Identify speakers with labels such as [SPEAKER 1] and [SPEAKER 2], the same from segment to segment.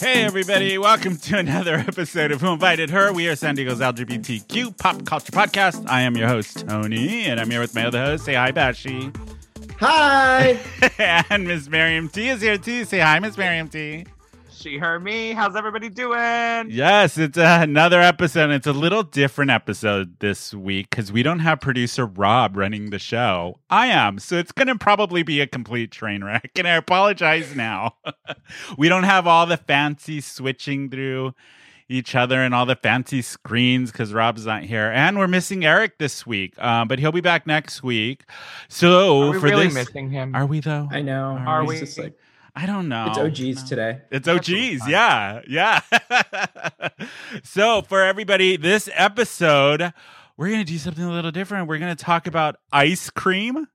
[SPEAKER 1] Hey, everybody, welcome to another episode of Who Invited Her. We are San Diego's LGBTQ pop culture podcast. I am your host, Tony, and I'm here with my other host. Say hi, Bashi.
[SPEAKER 2] Hi.
[SPEAKER 1] and Miss Miriam T is here too. Say hi, Miss Miriam T.
[SPEAKER 3] She, her, me. How's everybody doing?
[SPEAKER 1] Yes, it's uh, another episode. It's a little different episode this week because we don't have producer Rob running the show. I am. So it's going to probably be a complete train wreck. And I apologize now. we don't have all the fancy switching through each other and all the fancy screens because Rob's not here. And we're missing Eric this week, um, but he'll be back next week. So
[SPEAKER 3] Are we
[SPEAKER 1] for
[SPEAKER 3] really
[SPEAKER 1] this.
[SPEAKER 3] missing him?
[SPEAKER 1] Are we though?
[SPEAKER 2] I know.
[SPEAKER 1] Are
[SPEAKER 2] It's
[SPEAKER 3] we- Oh,
[SPEAKER 2] Just like,
[SPEAKER 1] I don't know.
[SPEAKER 2] it's OGs today.
[SPEAKER 1] It's
[SPEAKER 3] Absolutely
[SPEAKER 1] OGs.
[SPEAKER 3] fine.
[SPEAKER 1] Yeah. Yeah. so, for everybody, this episode, we're going to do something a little different. We're going to talk about ice cream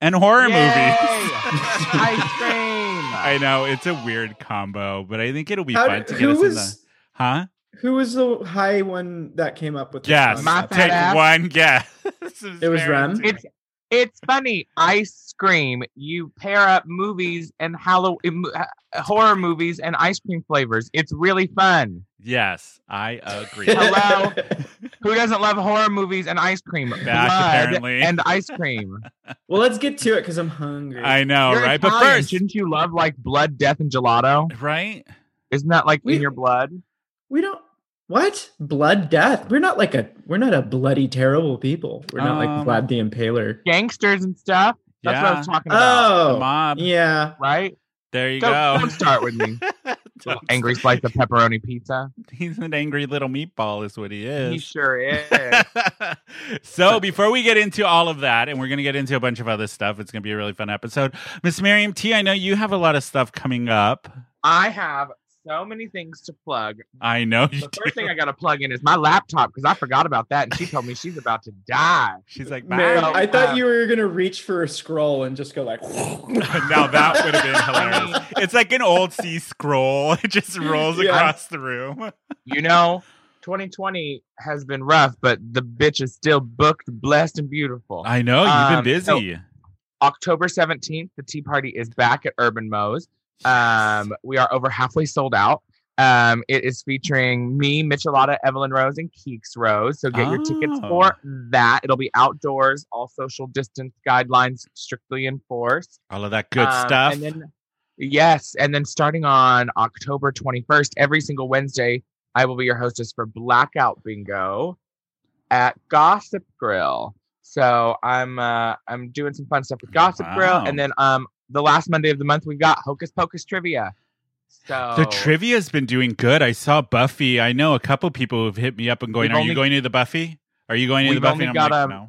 [SPEAKER 1] and horror
[SPEAKER 3] Yay!
[SPEAKER 1] movies.
[SPEAKER 3] Ice cream.
[SPEAKER 1] I know it's a weird combo, but I think it'll be
[SPEAKER 2] How
[SPEAKER 1] fun
[SPEAKER 2] did-
[SPEAKER 1] to get
[SPEAKER 2] who
[SPEAKER 1] us in
[SPEAKER 2] was
[SPEAKER 1] the. Huh?
[SPEAKER 2] who was the high one that came up with? this
[SPEAKER 1] Guess.
[SPEAKER 3] My
[SPEAKER 2] concept?
[SPEAKER 3] fat
[SPEAKER 1] Take
[SPEAKER 3] ass.
[SPEAKER 1] one guess. it
[SPEAKER 2] was Rem?
[SPEAKER 3] It's it's funny. Ice cream. You pair up movies and Halloween horror movies and ice cream flavors. It's really fun.
[SPEAKER 1] yes, I agree.
[SPEAKER 3] Hello? Who doesn't love horror movies and ice cream? Blood
[SPEAKER 1] apparently.
[SPEAKER 3] and ice cream.
[SPEAKER 2] well, let's get to it because I'm hungry.
[SPEAKER 1] I know,
[SPEAKER 3] You're
[SPEAKER 1] right? But
[SPEAKER 3] Italian.
[SPEAKER 1] first,
[SPEAKER 3] shouldn't you love like blood, death, and gelato?
[SPEAKER 1] right?
[SPEAKER 3] Isn't that like
[SPEAKER 2] We-
[SPEAKER 3] in your blood?
[SPEAKER 2] we don't. What blood death? We're not like a. We're not a bloody terrible people. We're not
[SPEAKER 1] Um,
[SPEAKER 2] like Vlad the Impaler.
[SPEAKER 3] Gangsters and stuff. That's what I
[SPEAKER 1] Yeah.
[SPEAKER 3] was talking about.
[SPEAKER 1] The
[SPEAKER 2] Oh,
[SPEAKER 1] mob.
[SPEAKER 2] yeah.
[SPEAKER 3] Right?
[SPEAKER 1] There you
[SPEAKER 3] Don't-
[SPEAKER 1] go.
[SPEAKER 3] don't start with me.
[SPEAKER 1] Don't
[SPEAKER 3] angry
[SPEAKER 1] start.
[SPEAKER 3] slice of pepperoni pizza.
[SPEAKER 1] He's an angry little meatball, is what he is.
[SPEAKER 3] He sure is.
[SPEAKER 1] so before we get into all of that, and we're going to get into a bunch of other stuff, it's going to be a really fun episode. Miss Miriam T, I know you have a lot of stuff coming up.
[SPEAKER 3] I have so many things to plug.
[SPEAKER 1] I know you
[SPEAKER 3] The
[SPEAKER 1] do.
[SPEAKER 3] first thing I got to plug in is my laptop because I forgot about that, and she told me she's about to die.
[SPEAKER 1] She's like,
[SPEAKER 2] Man,
[SPEAKER 1] "Bye."
[SPEAKER 3] Wow.
[SPEAKER 2] I thought
[SPEAKER 3] Um,
[SPEAKER 2] you were gonna reach for a scroll and just go like.
[SPEAKER 1] now that would have been
[SPEAKER 3] I
[SPEAKER 1] hilarious.
[SPEAKER 3] mean,
[SPEAKER 1] It's like an old sea scroll. It just rolls
[SPEAKER 2] Yeah.
[SPEAKER 1] across the room.
[SPEAKER 3] you know, 2020 has been rough, but the bitch is still booked, blessed, and beautiful.
[SPEAKER 1] I know you've been
[SPEAKER 3] Um,
[SPEAKER 1] busy.
[SPEAKER 3] October 17th, the Tea Party is back at Urban Moe's. Um, we are over halfway sold out. Um, it is featuring me, Michelada, Evelyn Rose, and Keeks Rose. So get your tickets
[SPEAKER 1] Oh.
[SPEAKER 3] for that. It'll be outdoors, all social distance guidelines strictly enforced.
[SPEAKER 1] all of that good
[SPEAKER 3] Um,
[SPEAKER 1] stuff.
[SPEAKER 3] And then, yes, and then starting on October 21st, every single Wednesday, I will be your hostess for Blackout Bingo at Gossip Grill. So I'm uh, I'm doing some fun stuff with Gossip Grill,
[SPEAKER 1] Wow.
[SPEAKER 3] and then um the last Monday of the month we got Hocus Pocus trivia. So
[SPEAKER 1] the trivia's been doing good. I saw Buffy. I know a couple people who've hit me up and going,
[SPEAKER 3] We've
[SPEAKER 1] "Are you
[SPEAKER 3] only-
[SPEAKER 1] going to the Buffy? Are you going to the
[SPEAKER 3] We've
[SPEAKER 1] Buffy?"
[SPEAKER 3] only
[SPEAKER 1] And I'm
[SPEAKER 3] got,
[SPEAKER 1] like,
[SPEAKER 3] um,
[SPEAKER 1] "No."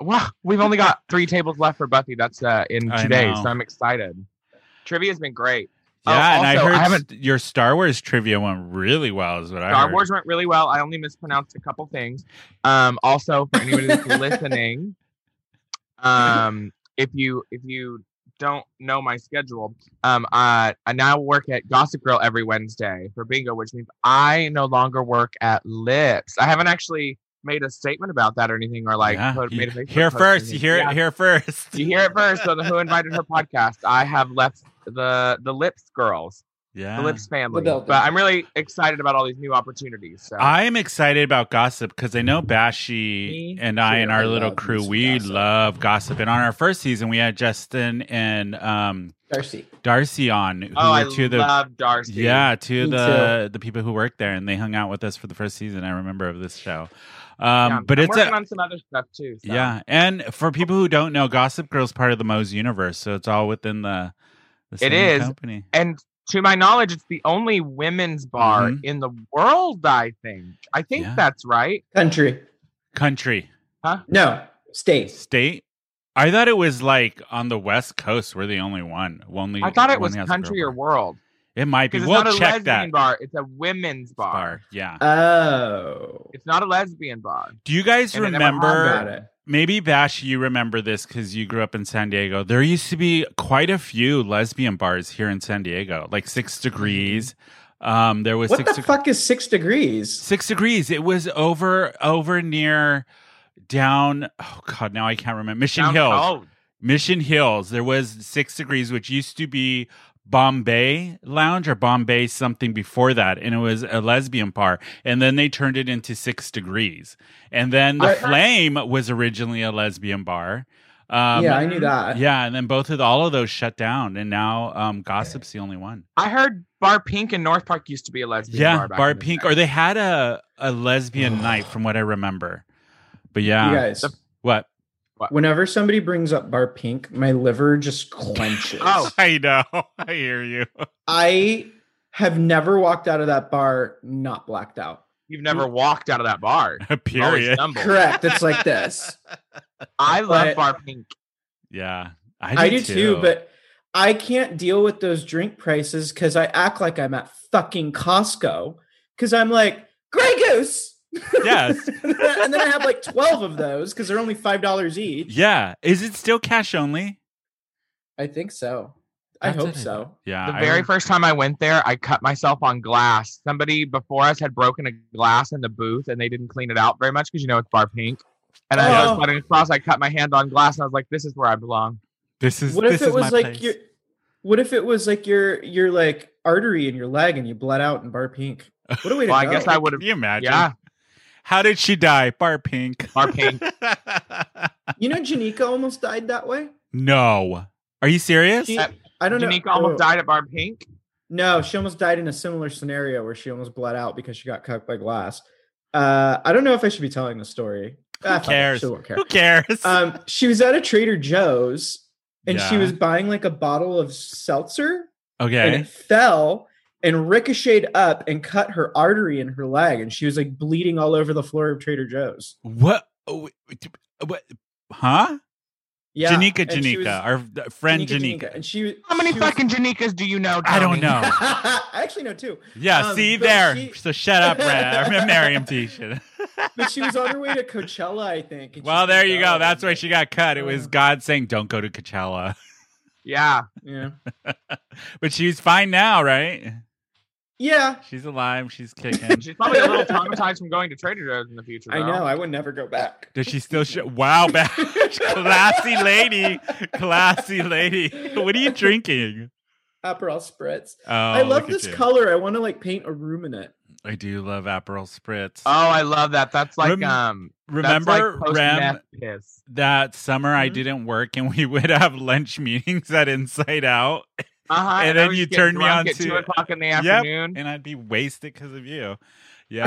[SPEAKER 3] Wow, we've only got three tables left for Buffy. That's uh, in
[SPEAKER 1] I
[SPEAKER 3] two days,
[SPEAKER 1] know.
[SPEAKER 3] so I'm excited. Trivia's been great. Oh,
[SPEAKER 1] Yeah, and I
[SPEAKER 3] also,
[SPEAKER 1] heard
[SPEAKER 3] I haven't-
[SPEAKER 1] st- your Star Wars trivia went really well. Is what I
[SPEAKER 3] Star
[SPEAKER 1] heard.
[SPEAKER 3] Wars went really well. I only mispronounced a couple things. Um, also, for anybody that's listening, um, if you if you don't know my schedule, um, I, I now work at Gossip Girl every Wednesday for bingo, which means I no longer work at Lips. I haven't actually made a statement about that or anything, or like
[SPEAKER 1] Yeah,
[SPEAKER 3] put,
[SPEAKER 1] you-
[SPEAKER 3] made a Facebook
[SPEAKER 1] here
[SPEAKER 3] post or
[SPEAKER 1] first. You
[SPEAKER 3] anything.
[SPEAKER 1] hear
[SPEAKER 3] Yeah.
[SPEAKER 1] it here first.
[SPEAKER 3] You hear it first on the Who Invited Her podcast. I have left the the Lips girls,
[SPEAKER 1] Yeah.
[SPEAKER 3] the Lips family,
[SPEAKER 2] Rebel.
[SPEAKER 3] but I'm really excited about all these new opportunities. So.
[SPEAKER 1] I am excited about gossip because I know Bashi
[SPEAKER 3] Mm-hmm. Me
[SPEAKER 1] and I
[SPEAKER 2] too.
[SPEAKER 1] and our
[SPEAKER 2] I
[SPEAKER 1] little
[SPEAKER 2] love
[SPEAKER 1] crew,
[SPEAKER 2] me some
[SPEAKER 1] we
[SPEAKER 2] gossip.
[SPEAKER 1] love gossip. And on our first season, we had Justin and um,
[SPEAKER 2] Darcy.
[SPEAKER 1] Darcy on, who
[SPEAKER 3] Oh, I
[SPEAKER 1] were two of the
[SPEAKER 3] love Darcy.
[SPEAKER 1] yeah, two of
[SPEAKER 2] Me
[SPEAKER 1] the the people who worked there, and they hung out with us for the first season. I remember of this show. Um,
[SPEAKER 3] Yeah,
[SPEAKER 1] but
[SPEAKER 3] I'm
[SPEAKER 1] it's
[SPEAKER 3] working
[SPEAKER 1] a
[SPEAKER 3] on some other stuff too. so.
[SPEAKER 1] Yeah, and for people who don't know, Gossip Girl's part of the Moe's universe, so it's all within the, the same
[SPEAKER 3] It is.
[SPEAKER 1] company.
[SPEAKER 3] and to my knowledge, it's the only women's bar
[SPEAKER 1] Mhm.
[SPEAKER 3] in the world. I think. I think
[SPEAKER 1] Yeah.
[SPEAKER 3] that's right.
[SPEAKER 2] Country.
[SPEAKER 1] Country,
[SPEAKER 2] No. State.
[SPEAKER 1] state. I thought it was like on the West Coast. We're the only one. Only
[SPEAKER 3] I thought it
[SPEAKER 1] one
[SPEAKER 3] was
[SPEAKER 1] has a
[SPEAKER 3] country
[SPEAKER 1] girl
[SPEAKER 3] or
[SPEAKER 1] bar.
[SPEAKER 3] world
[SPEAKER 1] It might be.
[SPEAKER 3] because it's
[SPEAKER 1] We'll
[SPEAKER 3] not a
[SPEAKER 1] check
[SPEAKER 3] lesbian
[SPEAKER 1] that
[SPEAKER 3] bar. It's a women's bar.
[SPEAKER 1] bar. Yeah.
[SPEAKER 2] Oh.
[SPEAKER 3] It's not a lesbian bar.
[SPEAKER 1] Do you guys
[SPEAKER 3] and it never
[SPEAKER 1] remember?
[SPEAKER 3] happened.
[SPEAKER 2] Got it.
[SPEAKER 1] maybe Bash, you remember this because you grew up in San Diego. There used to be quite a few lesbian bars here in San Diego, like Six Degrees. Um, there was
[SPEAKER 2] What
[SPEAKER 1] six
[SPEAKER 2] the
[SPEAKER 1] Deg-
[SPEAKER 2] fuck is six degrees?
[SPEAKER 1] Six Degrees. It was over over near down. Oh God, now I can't remember Mission
[SPEAKER 3] Down-
[SPEAKER 1] Hills.
[SPEAKER 3] Oh,
[SPEAKER 1] Mission Hills. There was Six Degrees, which used to be Bombay Lounge or Bombay something before that, and it was a lesbian bar. And then they turned it into Six Degrees. And then the
[SPEAKER 2] I-
[SPEAKER 1] Flame was originally a lesbian bar. Um,
[SPEAKER 2] yeah, I knew that.
[SPEAKER 1] yeah, and then both of the, all of those shut down, and now um, Gossip's the only one.
[SPEAKER 3] I heard Bar Pink in North Park used to be a lesbian
[SPEAKER 1] Yeah,
[SPEAKER 3] bar.
[SPEAKER 1] Bar,
[SPEAKER 3] back in the
[SPEAKER 1] Pink,
[SPEAKER 3] day.
[SPEAKER 1] or they had a a lesbian night, from what I remember. But yeah,
[SPEAKER 2] You guys,
[SPEAKER 3] The-
[SPEAKER 1] what?
[SPEAKER 2] whenever somebody brings up Bar Pink, my liver just clenches.
[SPEAKER 3] Oh.
[SPEAKER 1] I know. I hear you.
[SPEAKER 2] I have never walked out of that bar not blacked out.
[SPEAKER 3] You've never walked out of that bar. You always
[SPEAKER 1] Period.
[SPEAKER 3] stumble.
[SPEAKER 2] Correct. It's like this.
[SPEAKER 3] I love
[SPEAKER 2] But-
[SPEAKER 3] Bar Pink.
[SPEAKER 1] Yeah,
[SPEAKER 2] I do too, but I can't deal with those drink prices because I act like I'm at fucking Costco because I'm like, Grey Goose.
[SPEAKER 1] Yes.
[SPEAKER 2] and then I have like 12 of those because they're only $5 each.
[SPEAKER 1] yeah, is it still cash only?
[SPEAKER 2] I think so. I
[SPEAKER 1] That's
[SPEAKER 2] hope
[SPEAKER 1] it.
[SPEAKER 2] so.
[SPEAKER 1] Yeah,
[SPEAKER 3] The
[SPEAKER 1] I
[SPEAKER 3] very
[SPEAKER 1] rem-
[SPEAKER 3] first time I went there, I cut myself on glass. Somebody before us had broken a glass in the booth and they didn't clean it out very much because you know it's bar pink. And as I
[SPEAKER 2] Oh.
[SPEAKER 3] was cutting across, I cut my hand on glass and I was like, this is where I belong.
[SPEAKER 1] This is
[SPEAKER 2] What
[SPEAKER 1] this
[SPEAKER 2] if it
[SPEAKER 1] is my
[SPEAKER 2] was like
[SPEAKER 1] place.
[SPEAKER 2] your what if it was like your your like artery in your leg and you bled out in bar pink? What a way to
[SPEAKER 3] Well, I
[SPEAKER 2] go.
[SPEAKER 3] guess I would
[SPEAKER 1] Can
[SPEAKER 3] have.
[SPEAKER 1] you imagine?
[SPEAKER 3] Yeah,
[SPEAKER 1] How did she die? Bar Pink.
[SPEAKER 3] bar pink.
[SPEAKER 2] you know Janika almost died that way?
[SPEAKER 1] no. Are you serious?
[SPEAKER 2] She-
[SPEAKER 3] Uh,
[SPEAKER 2] I don't
[SPEAKER 3] Janika
[SPEAKER 2] know.
[SPEAKER 3] almost
[SPEAKER 2] Oh.
[SPEAKER 3] died at bar pink.
[SPEAKER 2] No, she almost died in a similar scenario where she almost bled out because she got cucked by glass. Uh, I don't know if I should be telling the story. Who
[SPEAKER 1] cares?
[SPEAKER 2] She won't care.
[SPEAKER 1] Who cares?
[SPEAKER 2] Um, she was at a Trader Joe's and she
[SPEAKER 1] Yeah.
[SPEAKER 2] was buying like a bottle of seltzer and
[SPEAKER 1] okay.
[SPEAKER 2] it fell and ricocheted up and cut her artery in her leg and she was like bleeding all over the floor of Trader Joe's.
[SPEAKER 1] What? oh, What? Huh?
[SPEAKER 2] Yeah,
[SPEAKER 1] Janika,
[SPEAKER 2] and she was-
[SPEAKER 1] Janika, our th- friend Janika.
[SPEAKER 2] and she
[SPEAKER 3] How many
[SPEAKER 2] she was-
[SPEAKER 3] fucking Janikas do you know?
[SPEAKER 1] I don't
[SPEAKER 3] Tony?
[SPEAKER 1] know.
[SPEAKER 2] I actually know too.
[SPEAKER 1] Yeah,
[SPEAKER 2] Um,
[SPEAKER 1] see
[SPEAKER 2] but
[SPEAKER 1] there.
[SPEAKER 2] she-
[SPEAKER 1] So shut up, Brad. I'm Miriam Teeshan.
[SPEAKER 2] But she was on her way to Coachella, I think. and she "Oh,
[SPEAKER 1] Well, there you
[SPEAKER 2] fell
[SPEAKER 1] go. That's
[SPEAKER 2] and,
[SPEAKER 1] why
[SPEAKER 2] like,
[SPEAKER 1] she got cut. It was
[SPEAKER 2] Uh.
[SPEAKER 1] God saying, "Don't go to Coachella,"
[SPEAKER 3] Yeah,
[SPEAKER 2] Yeah.
[SPEAKER 1] but she's fine now, right?
[SPEAKER 2] Yeah.
[SPEAKER 1] She's alive. She's kicking.
[SPEAKER 3] she's probably a little traumatized from going to Trader Joe's in the future.
[SPEAKER 2] I
[SPEAKER 3] though.
[SPEAKER 2] know. I would never go back.
[SPEAKER 1] Does she still? Sh- wow, bad. classy lady, classy lady. What are you drinking?
[SPEAKER 2] Aperol spritz.
[SPEAKER 1] Oh,
[SPEAKER 2] I love
[SPEAKER 1] look at
[SPEAKER 2] this
[SPEAKER 1] you.
[SPEAKER 2] color. I want to like paint a room in it.
[SPEAKER 1] I do love Aperol spritz.
[SPEAKER 3] Oh, I love that. That's like
[SPEAKER 1] Rem-
[SPEAKER 3] um. that's like
[SPEAKER 1] Remember, Rem,
[SPEAKER 3] post-meth Mm-hmm. piss.
[SPEAKER 1] that summer I
[SPEAKER 2] Mhm.
[SPEAKER 1] didn't work and we would have lunch meetings at Inside Out,
[SPEAKER 3] Uh-huh,
[SPEAKER 1] And then you turned me on
[SPEAKER 3] at
[SPEAKER 1] to-
[SPEAKER 3] two o'clock in the
[SPEAKER 1] Yep.
[SPEAKER 3] afternoon.
[SPEAKER 1] and I'd be wasted because of you. Yeah.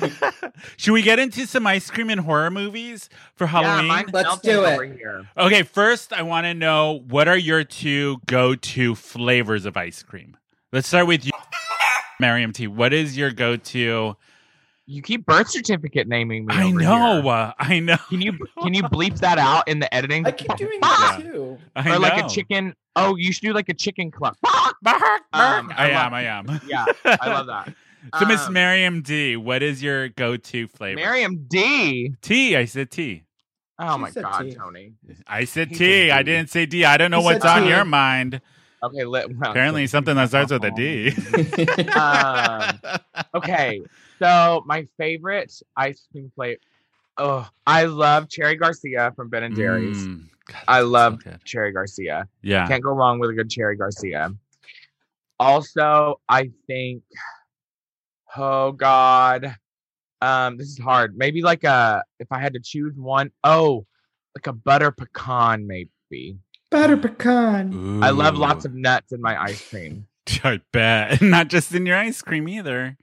[SPEAKER 3] Uh-huh.
[SPEAKER 1] Should we get into some ice cream and horror movies for Halloween?
[SPEAKER 3] Yeah, mine's
[SPEAKER 2] Let's
[SPEAKER 3] melting
[SPEAKER 2] do it.
[SPEAKER 3] over here.
[SPEAKER 1] okay, first I want to know what are your two go-to flavors of ice cream? Let's start with you, Mariam T. What is your go-to?
[SPEAKER 3] You keep birth certificate naming me.
[SPEAKER 1] I
[SPEAKER 3] over
[SPEAKER 1] know,
[SPEAKER 3] here.
[SPEAKER 1] uh, I know,
[SPEAKER 3] Can you can you bleep that out in the editing?
[SPEAKER 2] I keep doing
[SPEAKER 1] Yeah.
[SPEAKER 2] that too.
[SPEAKER 1] I
[SPEAKER 3] or
[SPEAKER 1] know.
[SPEAKER 3] like a chicken. Oh, you should do like a chicken cluck. Fuck! Um,
[SPEAKER 1] I,
[SPEAKER 3] I love-
[SPEAKER 1] am, I am.
[SPEAKER 3] yeah, I love that.
[SPEAKER 1] So, Miss
[SPEAKER 3] Um,
[SPEAKER 1] Miriam D, what is your go-to flavor?
[SPEAKER 3] Miriam D.
[SPEAKER 1] T. I said T.
[SPEAKER 3] Oh
[SPEAKER 2] She
[SPEAKER 3] my
[SPEAKER 2] said
[SPEAKER 3] god,
[SPEAKER 2] T.
[SPEAKER 3] Tony.
[SPEAKER 1] I said
[SPEAKER 3] He
[SPEAKER 1] T.
[SPEAKER 3] said
[SPEAKER 1] I
[SPEAKER 3] D.
[SPEAKER 1] didn't say D. I don't know
[SPEAKER 2] He
[SPEAKER 1] what's
[SPEAKER 2] said
[SPEAKER 1] on
[SPEAKER 2] T.
[SPEAKER 1] your mind.
[SPEAKER 3] Okay, let, well,
[SPEAKER 1] Apparently, something that starts with a D.
[SPEAKER 3] Um, okay, so my favorite ice cream plate. Oh, I love Cherry Garcia from Ben and Jerry's.
[SPEAKER 1] Mm. God,
[SPEAKER 3] I
[SPEAKER 1] that's so
[SPEAKER 3] love
[SPEAKER 1] good.
[SPEAKER 3] Cherry Garcia.
[SPEAKER 1] Yeah.
[SPEAKER 3] Can't go wrong with a good Cherry Garcia. Also, I think, oh God, um, this is hard. Maybe like a, if I had to choose one, oh, like a butter pecan, maybe.
[SPEAKER 2] Butter pecan.
[SPEAKER 1] Ooh.
[SPEAKER 3] I love lots of nuts in my ice cream.
[SPEAKER 1] I bet. Not just in your ice cream either.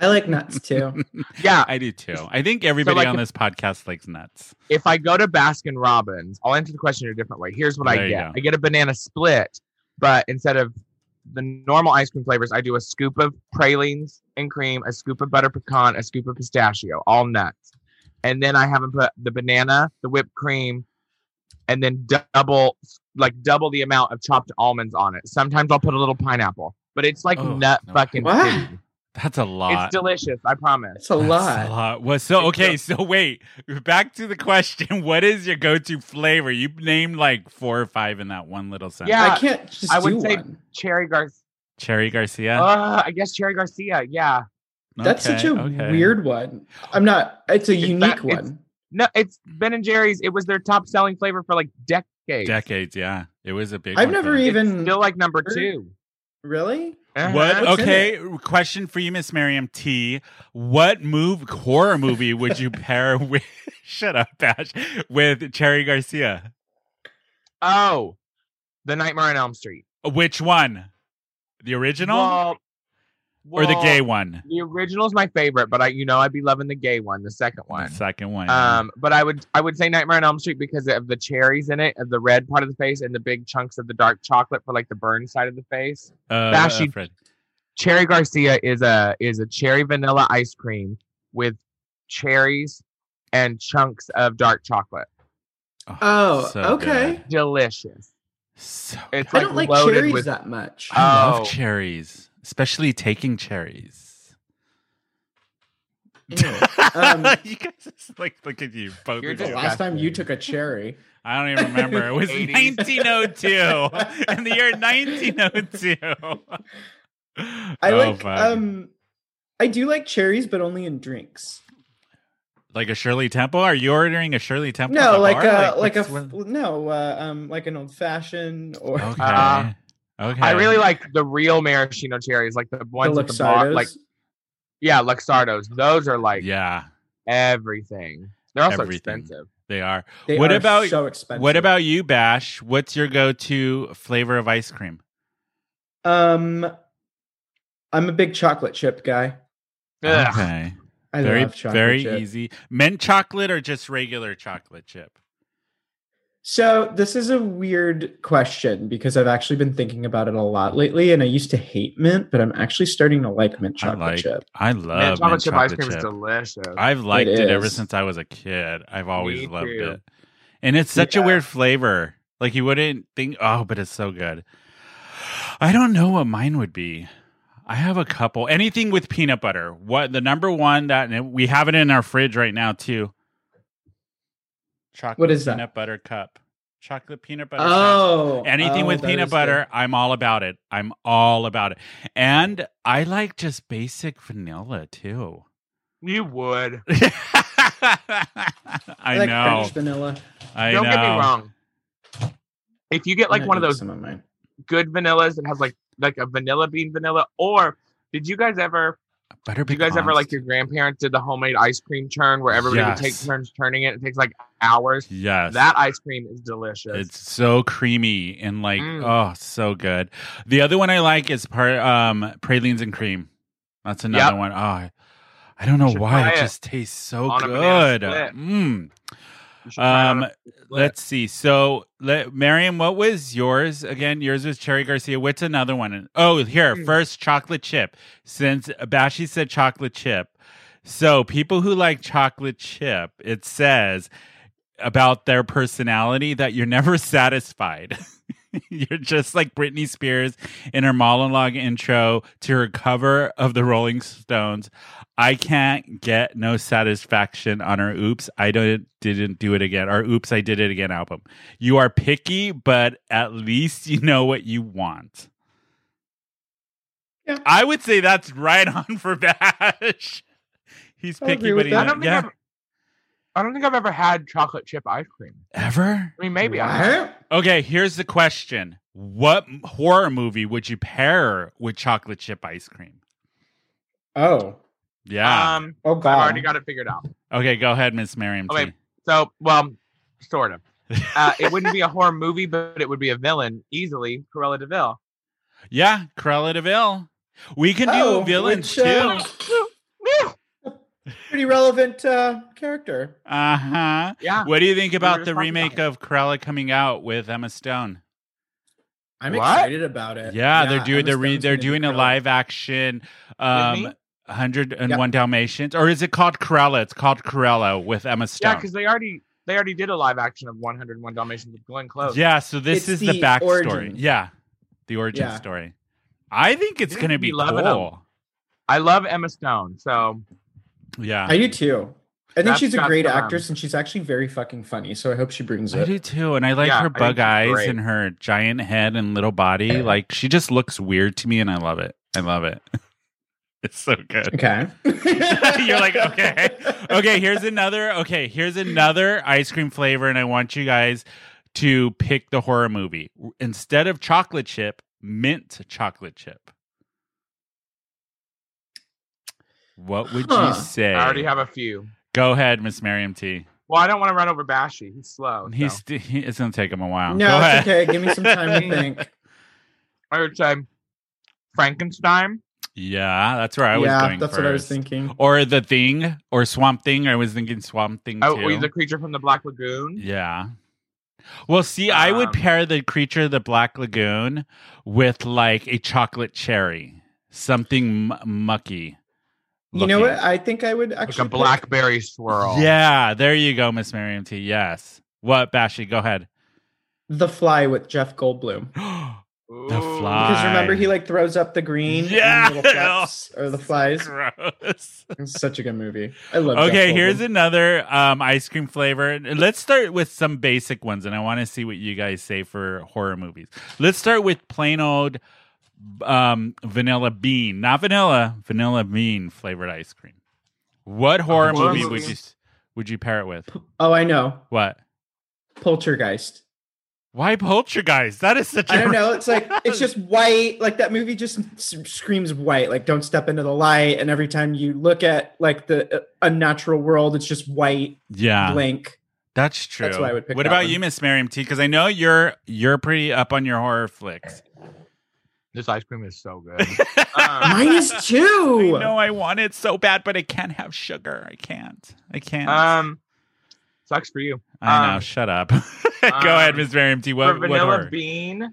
[SPEAKER 2] I like nuts too. Uh,
[SPEAKER 3] Yeah,
[SPEAKER 1] I do too. I think everybody
[SPEAKER 3] like
[SPEAKER 1] on
[SPEAKER 3] if-
[SPEAKER 1] this podcast likes nuts.
[SPEAKER 3] if I go to Baskin Robbins, I'll answer the question in a different way. Here's what
[SPEAKER 1] There
[SPEAKER 3] I
[SPEAKER 1] you
[SPEAKER 3] get
[SPEAKER 1] go.
[SPEAKER 3] I get a banana split, but instead of the normal ice cream flavors, I do a scoop of pralines and cream, a scoop of butter pecan, a scoop of pistachio, all nuts. And then I have them put the banana, the whipped cream, and then double, like double the amount of chopped almonds on it. Sometimes I'll put a little pineapple, but it's like
[SPEAKER 1] Oh,
[SPEAKER 3] nut
[SPEAKER 1] no.
[SPEAKER 3] fucking
[SPEAKER 2] What?
[SPEAKER 3] city.
[SPEAKER 1] That's a lot.
[SPEAKER 3] It's delicious, I promise.
[SPEAKER 2] It's a
[SPEAKER 1] That's
[SPEAKER 2] lot.
[SPEAKER 1] Well, so
[SPEAKER 3] It's
[SPEAKER 1] okay. So wait, back to the question. What is your go-to flavor? You named like four or five in that one little sentence.
[SPEAKER 3] Yeah,
[SPEAKER 2] I can't just
[SPEAKER 3] I
[SPEAKER 2] do
[SPEAKER 3] would say-
[SPEAKER 2] one.
[SPEAKER 3] Cherry Garcia.
[SPEAKER 1] Cherry Garcia.
[SPEAKER 3] Uh, I guess Cherry Garcia. Yeah.
[SPEAKER 2] That's
[SPEAKER 1] Okay,
[SPEAKER 2] such a
[SPEAKER 1] okay.
[SPEAKER 2] weird one. I'm not. It's a
[SPEAKER 3] It's
[SPEAKER 2] unique
[SPEAKER 3] that- it's-
[SPEAKER 2] one.
[SPEAKER 3] No, it's Ben and Jerry's. It was their top selling flavor for like decades.
[SPEAKER 1] Decades, yeah. It was a big.
[SPEAKER 2] I've
[SPEAKER 1] one
[SPEAKER 2] never
[SPEAKER 1] for-
[SPEAKER 2] eaten-
[SPEAKER 3] It's
[SPEAKER 2] Even-
[SPEAKER 3] still like number two.
[SPEAKER 2] Really?
[SPEAKER 3] Uh-huh.
[SPEAKER 1] What?
[SPEAKER 2] What's in
[SPEAKER 1] okay, question for you, Miss Miriam T. What move horror movie would you pair with? Shut up, Bash. With Cherry Garcia.
[SPEAKER 3] Oh, The Nightmare on Elm Street.
[SPEAKER 1] Which one? The original
[SPEAKER 3] Well-
[SPEAKER 1] or the
[SPEAKER 3] well,
[SPEAKER 1] gay one?
[SPEAKER 3] The original's my favorite, but I, you know, I'd be loving the gay one, the second
[SPEAKER 1] The
[SPEAKER 3] one.
[SPEAKER 1] second one.
[SPEAKER 3] Um, but I would, I would say Nightmare on Elm Street because of the cherries in it, of the red part of the face, and the big chunks of the dark chocolate for like the burn side of the face.
[SPEAKER 1] uh,
[SPEAKER 3] Bash, you-
[SPEAKER 1] Fred.
[SPEAKER 3] Cherry Garcia is a is a cherry vanilla ice cream with cherries and chunks of dark chocolate.
[SPEAKER 2] Oh,
[SPEAKER 1] so
[SPEAKER 2] okay.
[SPEAKER 1] good.
[SPEAKER 3] Delicious.
[SPEAKER 1] So
[SPEAKER 3] It's
[SPEAKER 2] I
[SPEAKER 3] like
[SPEAKER 2] don't like
[SPEAKER 3] loaded
[SPEAKER 2] cherries
[SPEAKER 3] with
[SPEAKER 2] that much.
[SPEAKER 1] I
[SPEAKER 3] Oh.
[SPEAKER 1] love cherries, especially taking cherries.
[SPEAKER 2] Ew. Um,
[SPEAKER 1] you guys, just, like, look at you both.
[SPEAKER 3] You're
[SPEAKER 1] of
[SPEAKER 2] The
[SPEAKER 1] you.
[SPEAKER 2] last time you took a cherry.
[SPEAKER 1] I don't even remember. It was
[SPEAKER 3] 80s.
[SPEAKER 1] 1902, in the year 1902. I
[SPEAKER 2] I like um I do like cherries, but only in drinks.
[SPEAKER 1] like a Shirley Temple. Are you ordering a Shirley Temple? at
[SPEAKER 2] No,
[SPEAKER 1] the
[SPEAKER 2] like
[SPEAKER 1] bar?
[SPEAKER 2] a like a
[SPEAKER 1] what's
[SPEAKER 2] f-
[SPEAKER 1] with-
[SPEAKER 2] no, uh, um like an old fashioned or
[SPEAKER 1] Okay.
[SPEAKER 3] Uh,
[SPEAKER 1] okay.
[SPEAKER 3] I really like the real maraschino cherries, like the ones
[SPEAKER 2] the
[SPEAKER 3] at the bar,
[SPEAKER 2] Luxardos.
[SPEAKER 3] like yeah, Luxardos. Those are like
[SPEAKER 1] Yeah,
[SPEAKER 3] everything. They're also
[SPEAKER 1] Everything.
[SPEAKER 3] expensive.
[SPEAKER 1] they are.
[SPEAKER 2] They
[SPEAKER 1] What
[SPEAKER 2] are
[SPEAKER 1] about-
[SPEAKER 2] so expensive?
[SPEAKER 1] What about you, Bash? What's your go-to flavor of ice cream?
[SPEAKER 2] um? I'm a big chocolate chip guy.
[SPEAKER 3] Ugh.
[SPEAKER 1] Okay.
[SPEAKER 2] I
[SPEAKER 1] very
[SPEAKER 2] love chocolate
[SPEAKER 1] very
[SPEAKER 2] chip.
[SPEAKER 1] easy. Mint chocolate or just regular chocolate chip?
[SPEAKER 2] So this is a weird question because I've actually been thinking about it a lot lately, and I used to hate mint, but I'm actually starting to like mint chocolate
[SPEAKER 1] I like.
[SPEAKER 2] chip.
[SPEAKER 1] I love
[SPEAKER 3] Man,
[SPEAKER 1] mint
[SPEAKER 3] chocolate chip ice cream is delicious.
[SPEAKER 1] I've liked it, ever
[SPEAKER 2] is.
[SPEAKER 1] since I was a kid. I've always
[SPEAKER 3] Me
[SPEAKER 1] loved
[SPEAKER 3] too.
[SPEAKER 1] it. And it's such a
[SPEAKER 3] Yeah.
[SPEAKER 1] weird flavor. Like you wouldn't think, oh, but it's so good. I don't know what mine would be. I have a couple. Anything with peanut butter. What the number one that and we have it in our fridge right now too. Chocolate
[SPEAKER 2] What is that?
[SPEAKER 1] peanut butter cup. Chocolate peanut butter cup.
[SPEAKER 2] Oh,
[SPEAKER 1] Anything
[SPEAKER 2] oh,
[SPEAKER 1] with
[SPEAKER 2] that
[SPEAKER 1] peanut
[SPEAKER 2] is
[SPEAKER 1] butter, I'm all about it. I'm all about it. And I like just basic vanilla too.
[SPEAKER 3] you would.
[SPEAKER 1] I
[SPEAKER 2] good. like
[SPEAKER 1] know.
[SPEAKER 2] French vanilla.
[SPEAKER 1] I
[SPEAKER 3] Don't
[SPEAKER 1] know.
[SPEAKER 3] get me wrong. If you get like
[SPEAKER 2] I'm
[SPEAKER 3] one of
[SPEAKER 2] gonna eat
[SPEAKER 3] those
[SPEAKER 2] some of mine.
[SPEAKER 3] good vanillas that has like like a vanilla bean vanilla, or did you guys ever?
[SPEAKER 1] Butter
[SPEAKER 3] Did you guys ever
[SPEAKER 1] pecans.
[SPEAKER 3] like your grandparents did the homemade ice cream churn where everybody would take
[SPEAKER 1] Yes.
[SPEAKER 3] turns turning it? It takes like hours.
[SPEAKER 1] Yes.
[SPEAKER 3] That ice cream is delicious.
[SPEAKER 1] it's so creamy and like
[SPEAKER 3] Mm.
[SPEAKER 1] oh so good. The other one I like is part um pralines and cream. That's another
[SPEAKER 3] Yep.
[SPEAKER 1] one. Oh, I, I don't know
[SPEAKER 3] Should
[SPEAKER 1] why
[SPEAKER 3] try
[SPEAKER 1] it
[SPEAKER 3] it
[SPEAKER 1] just tastes so
[SPEAKER 3] on a banana
[SPEAKER 1] good.
[SPEAKER 3] split.
[SPEAKER 1] Mm.
[SPEAKER 3] You should try it on
[SPEAKER 1] Um,
[SPEAKER 3] a split.
[SPEAKER 1] let's see. So, let, Mariam, what was yours again? Yours was Cherry Garcia. What's another one? Oh, here
[SPEAKER 3] Mm.
[SPEAKER 1] first chocolate chip. Since Bashi said chocolate chip, so people who like chocolate chip, it says about their personality that you're never satisfied. You're just like Britney Spears in her monologue intro to her cover of the Rolling Stones. I can't get no satisfaction on her "Oops, I don't didn't do it again" or "Oops, I did it again" album. You are picky, but at least you know what you want.
[SPEAKER 2] Yeah.
[SPEAKER 1] I would say that's right on for Bash. He's
[SPEAKER 2] I
[SPEAKER 1] picky,
[SPEAKER 2] agree with
[SPEAKER 1] but he
[SPEAKER 2] that.
[SPEAKER 3] I
[SPEAKER 1] know,
[SPEAKER 3] don't think
[SPEAKER 1] yeah.
[SPEAKER 3] I've, I don't think I've ever had chocolate chip ice cream.
[SPEAKER 1] Ever?
[SPEAKER 3] I mean, maybe I have.
[SPEAKER 2] What?
[SPEAKER 1] Okay, here's the question: What m- horror movie would you pair with chocolate chip ice cream?
[SPEAKER 2] Oh,
[SPEAKER 1] Yeah.
[SPEAKER 3] Um,
[SPEAKER 2] oh god!
[SPEAKER 3] I've already got it figured out.
[SPEAKER 1] okay, go ahead, Miss Miriam.
[SPEAKER 3] Okay.
[SPEAKER 1] T.
[SPEAKER 3] So, well, sort of. Uh, it wouldn't be a horror movie, but it would be a villain easily. Cruella Deville.
[SPEAKER 1] Yeah, Cruella de Vil. We can do
[SPEAKER 2] Oh,
[SPEAKER 1] villains
[SPEAKER 2] which, uh,
[SPEAKER 1] too.
[SPEAKER 2] pretty relevant uh, character.
[SPEAKER 1] Uh huh.
[SPEAKER 3] Yeah.
[SPEAKER 1] What do you think about
[SPEAKER 3] just
[SPEAKER 1] the
[SPEAKER 3] talking about
[SPEAKER 1] remake
[SPEAKER 3] it.
[SPEAKER 1] of Cruella coming out with Emma Stone?
[SPEAKER 2] I'm
[SPEAKER 3] What?
[SPEAKER 2] excited about it.
[SPEAKER 1] Yeah, they're doing
[SPEAKER 2] Uh, Emma
[SPEAKER 1] they're re-
[SPEAKER 2] Stone's
[SPEAKER 1] they're
[SPEAKER 2] gonna be
[SPEAKER 1] doing a
[SPEAKER 2] Cruella.
[SPEAKER 1] live action
[SPEAKER 3] With
[SPEAKER 1] um
[SPEAKER 3] me?
[SPEAKER 1] 101 Dalmatians or is it called Cruella? It's called Cruella with Emma Stone.
[SPEAKER 3] Yeah, because they already they already did a live action of 101 Dalmatians with Glenn Close.
[SPEAKER 1] Yeah, so this is
[SPEAKER 2] It's
[SPEAKER 1] the,
[SPEAKER 2] the
[SPEAKER 1] backstory.
[SPEAKER 2] origin.
[SPEAKER 1] Yeah, the origin
[SPEAKER 2] Yeah.
[SPEAKER 1] story. I think it's
[SPEAKER 3] Dude,
[SPEAKER 1] going to be
[SPEAKER 3] you love it, um,
[SPEAKER 1] cool.
[SPEAKER 3] I love Emma Stone, so
[SPEAKER 1] Yeah,
[SPEAKER 2] I do too. I think
[SPEAKER 3] That's
[SPEAKER 2] she's a
[SPEAKER 3] got
[SPEAKER 2] great
[SPEAKER 3] some-
[SPEAKER 2] actress, and she's actually very fucking funny. So I hope she brings
[SPEAKER 1] I,
[SPEAKER 2] it.
[SPEAKER 1] do too. And I like
[SPEAKER 3] Yeah, I
[SPEAKER 1] her
[SPEAKER 3] think
[SPEAKER 1] bug
[SPEAKER 3] she's
[SPEAKER 1] eyes
[SPEAKER 3] great.
[SPEAKER 1] and her giant head and little body. Like she just looks weird to me, and I love it. I love it. It's so good.
[SPEAKER 2] Okay.
[SPEAKER 1] You're like, okay. Okay, here's another. Okay, here's another ice cream flavor, and I want you guys to pick the horror movie instead of chocolate chip, mint chocolate chip. What would
[SPEAKER 2] Huh.
[SPEAKER 1] you say?
[SPEAKER 3] I already have a few.
[SPEAKER 1] Go ahead, Miss Miriam T.
[SPEAKER 3] Well, I don't want to run over Bashy. He's slow. so.
[SPEAKER 1] He's st- he, it's gonna take him a while. Go
[SPEAKER 2] No,
[SPEAKER 1] ahead.
[SPEAKER 2] it's okay. Give me some time to think.
[SPEAKER 3] I would say Frankenstein.
[SPEAKER 1] Yeah, that's where I was
[SPEAKER 2] yeah,
[SPEAKER 1] going.
[SPEAKER 2] that's what I was
[SPEAKER 1] first. Oh,
[SPEAKER 2] thinking.
[SPEAKER 1] Or the thing, or Swamp Thing. I was thinking Swamp Thing
[SPEAKER 3] Oh,
[SPEAKER 1] too.
[SPEAKER 3] he's a creature from the Black Lagoon.
[SPEAKER 1] Yeah. Well, see, I would
[SPEAKER 3] Um,
[SPEAKER 1] pair the creature of the Black Lagoon with like a chocolate cherry, something m- mucky.
[SPEAKER 2] You know what?
[SPEAKER 1] looking.
[SPEAKER 2] I think I would actually
[SPEAKER 3] Like a
[SPEAKER 2] pick-
[SPEAKER 3] blackberry swirl.
[SPEAKER 1] Yeah, there you go, Miss Miriam T. Yes. What, Bashy? Go ahead.
[SPEAKER 2] The Fly with Jeff Goldblum.
[SPEAKER 3] Ooh.
[SPEAKER 1] The fly.
[SPEAKER 2] Because remember, he like throws up the green. and the
[SPEAKER 1] Yeah. Oh,
[SPEAKER 2] little flaps or the flies.
[SPEAKER 1] Gross.
[SPEAKER 2] It's such a good movie. I love.
[SPEAKER 1] Okay,
[SPEAKER 2] Jeff
[SPEAKER 1] here's
[SPEAKER 2] Goldblum.
[SPEAKER 1] another um, ice cream flavor. Let's start with some basic ones, and I want to see what you guys say for horror movies. Let's start with plain old um, vanilla bean, not vanilla, vanilla bean flavored ice cream. What horror
[SPEAKER 3] horror
[SPEAKER 1] movie would
[SPEAKER 3] movie.
[SPEAKER 1] you s- would you pair it with?
[SPEAKER 2] Oh, I know.
[SPEAKER 1] What?
[SPEAKER 2] Poltergeist.
[SPEAKER 1] Why poltergeist? That is such.
[SPEAKER 2] I
[SPEAKER 1] a
[SPEAKER 2] don't know. It's like it's just white. Like that movie just s- screams white. Like don't step into the light. And every time you look at like the uh, unnatural world, it's just white
[SPEAKER 1] Yeah,
[SPEAKER 2] blank.
[SPEAKER 1] that's true.
[SPEAKER 2] That's why I would pick
[SPEAKER 1] What
[SPEAKER 2] that
[SPEAKER 1] about
[SPEAKER 2] one.
[SPEAKER 1] you, Miss Miriam T? Because I know you're you're pretty up on your horror flicks.
[SPEAKER 3] This ice cream is so good.
[SPEAKER 2] Mine is two.
[SPEAKER 1] I know I want it so bad, but I can't have sugar. I can't. I can't.
[SPEAKER 3] um, sucks for you.
[SPEAKER 1] I know.
[SPEAKER 3] um,
[SPEAKER 1] shut up. Go ahead,
[SPEAKER 3] um,
[SPEAKER 1] Miss Miriam T.
[SPEAKER 3] for
[SPEAKER 1] What, what
[SPEAKER 3] vanilla
[SPEAKER 1] horror?
[SPEAKER 3] bean, uh,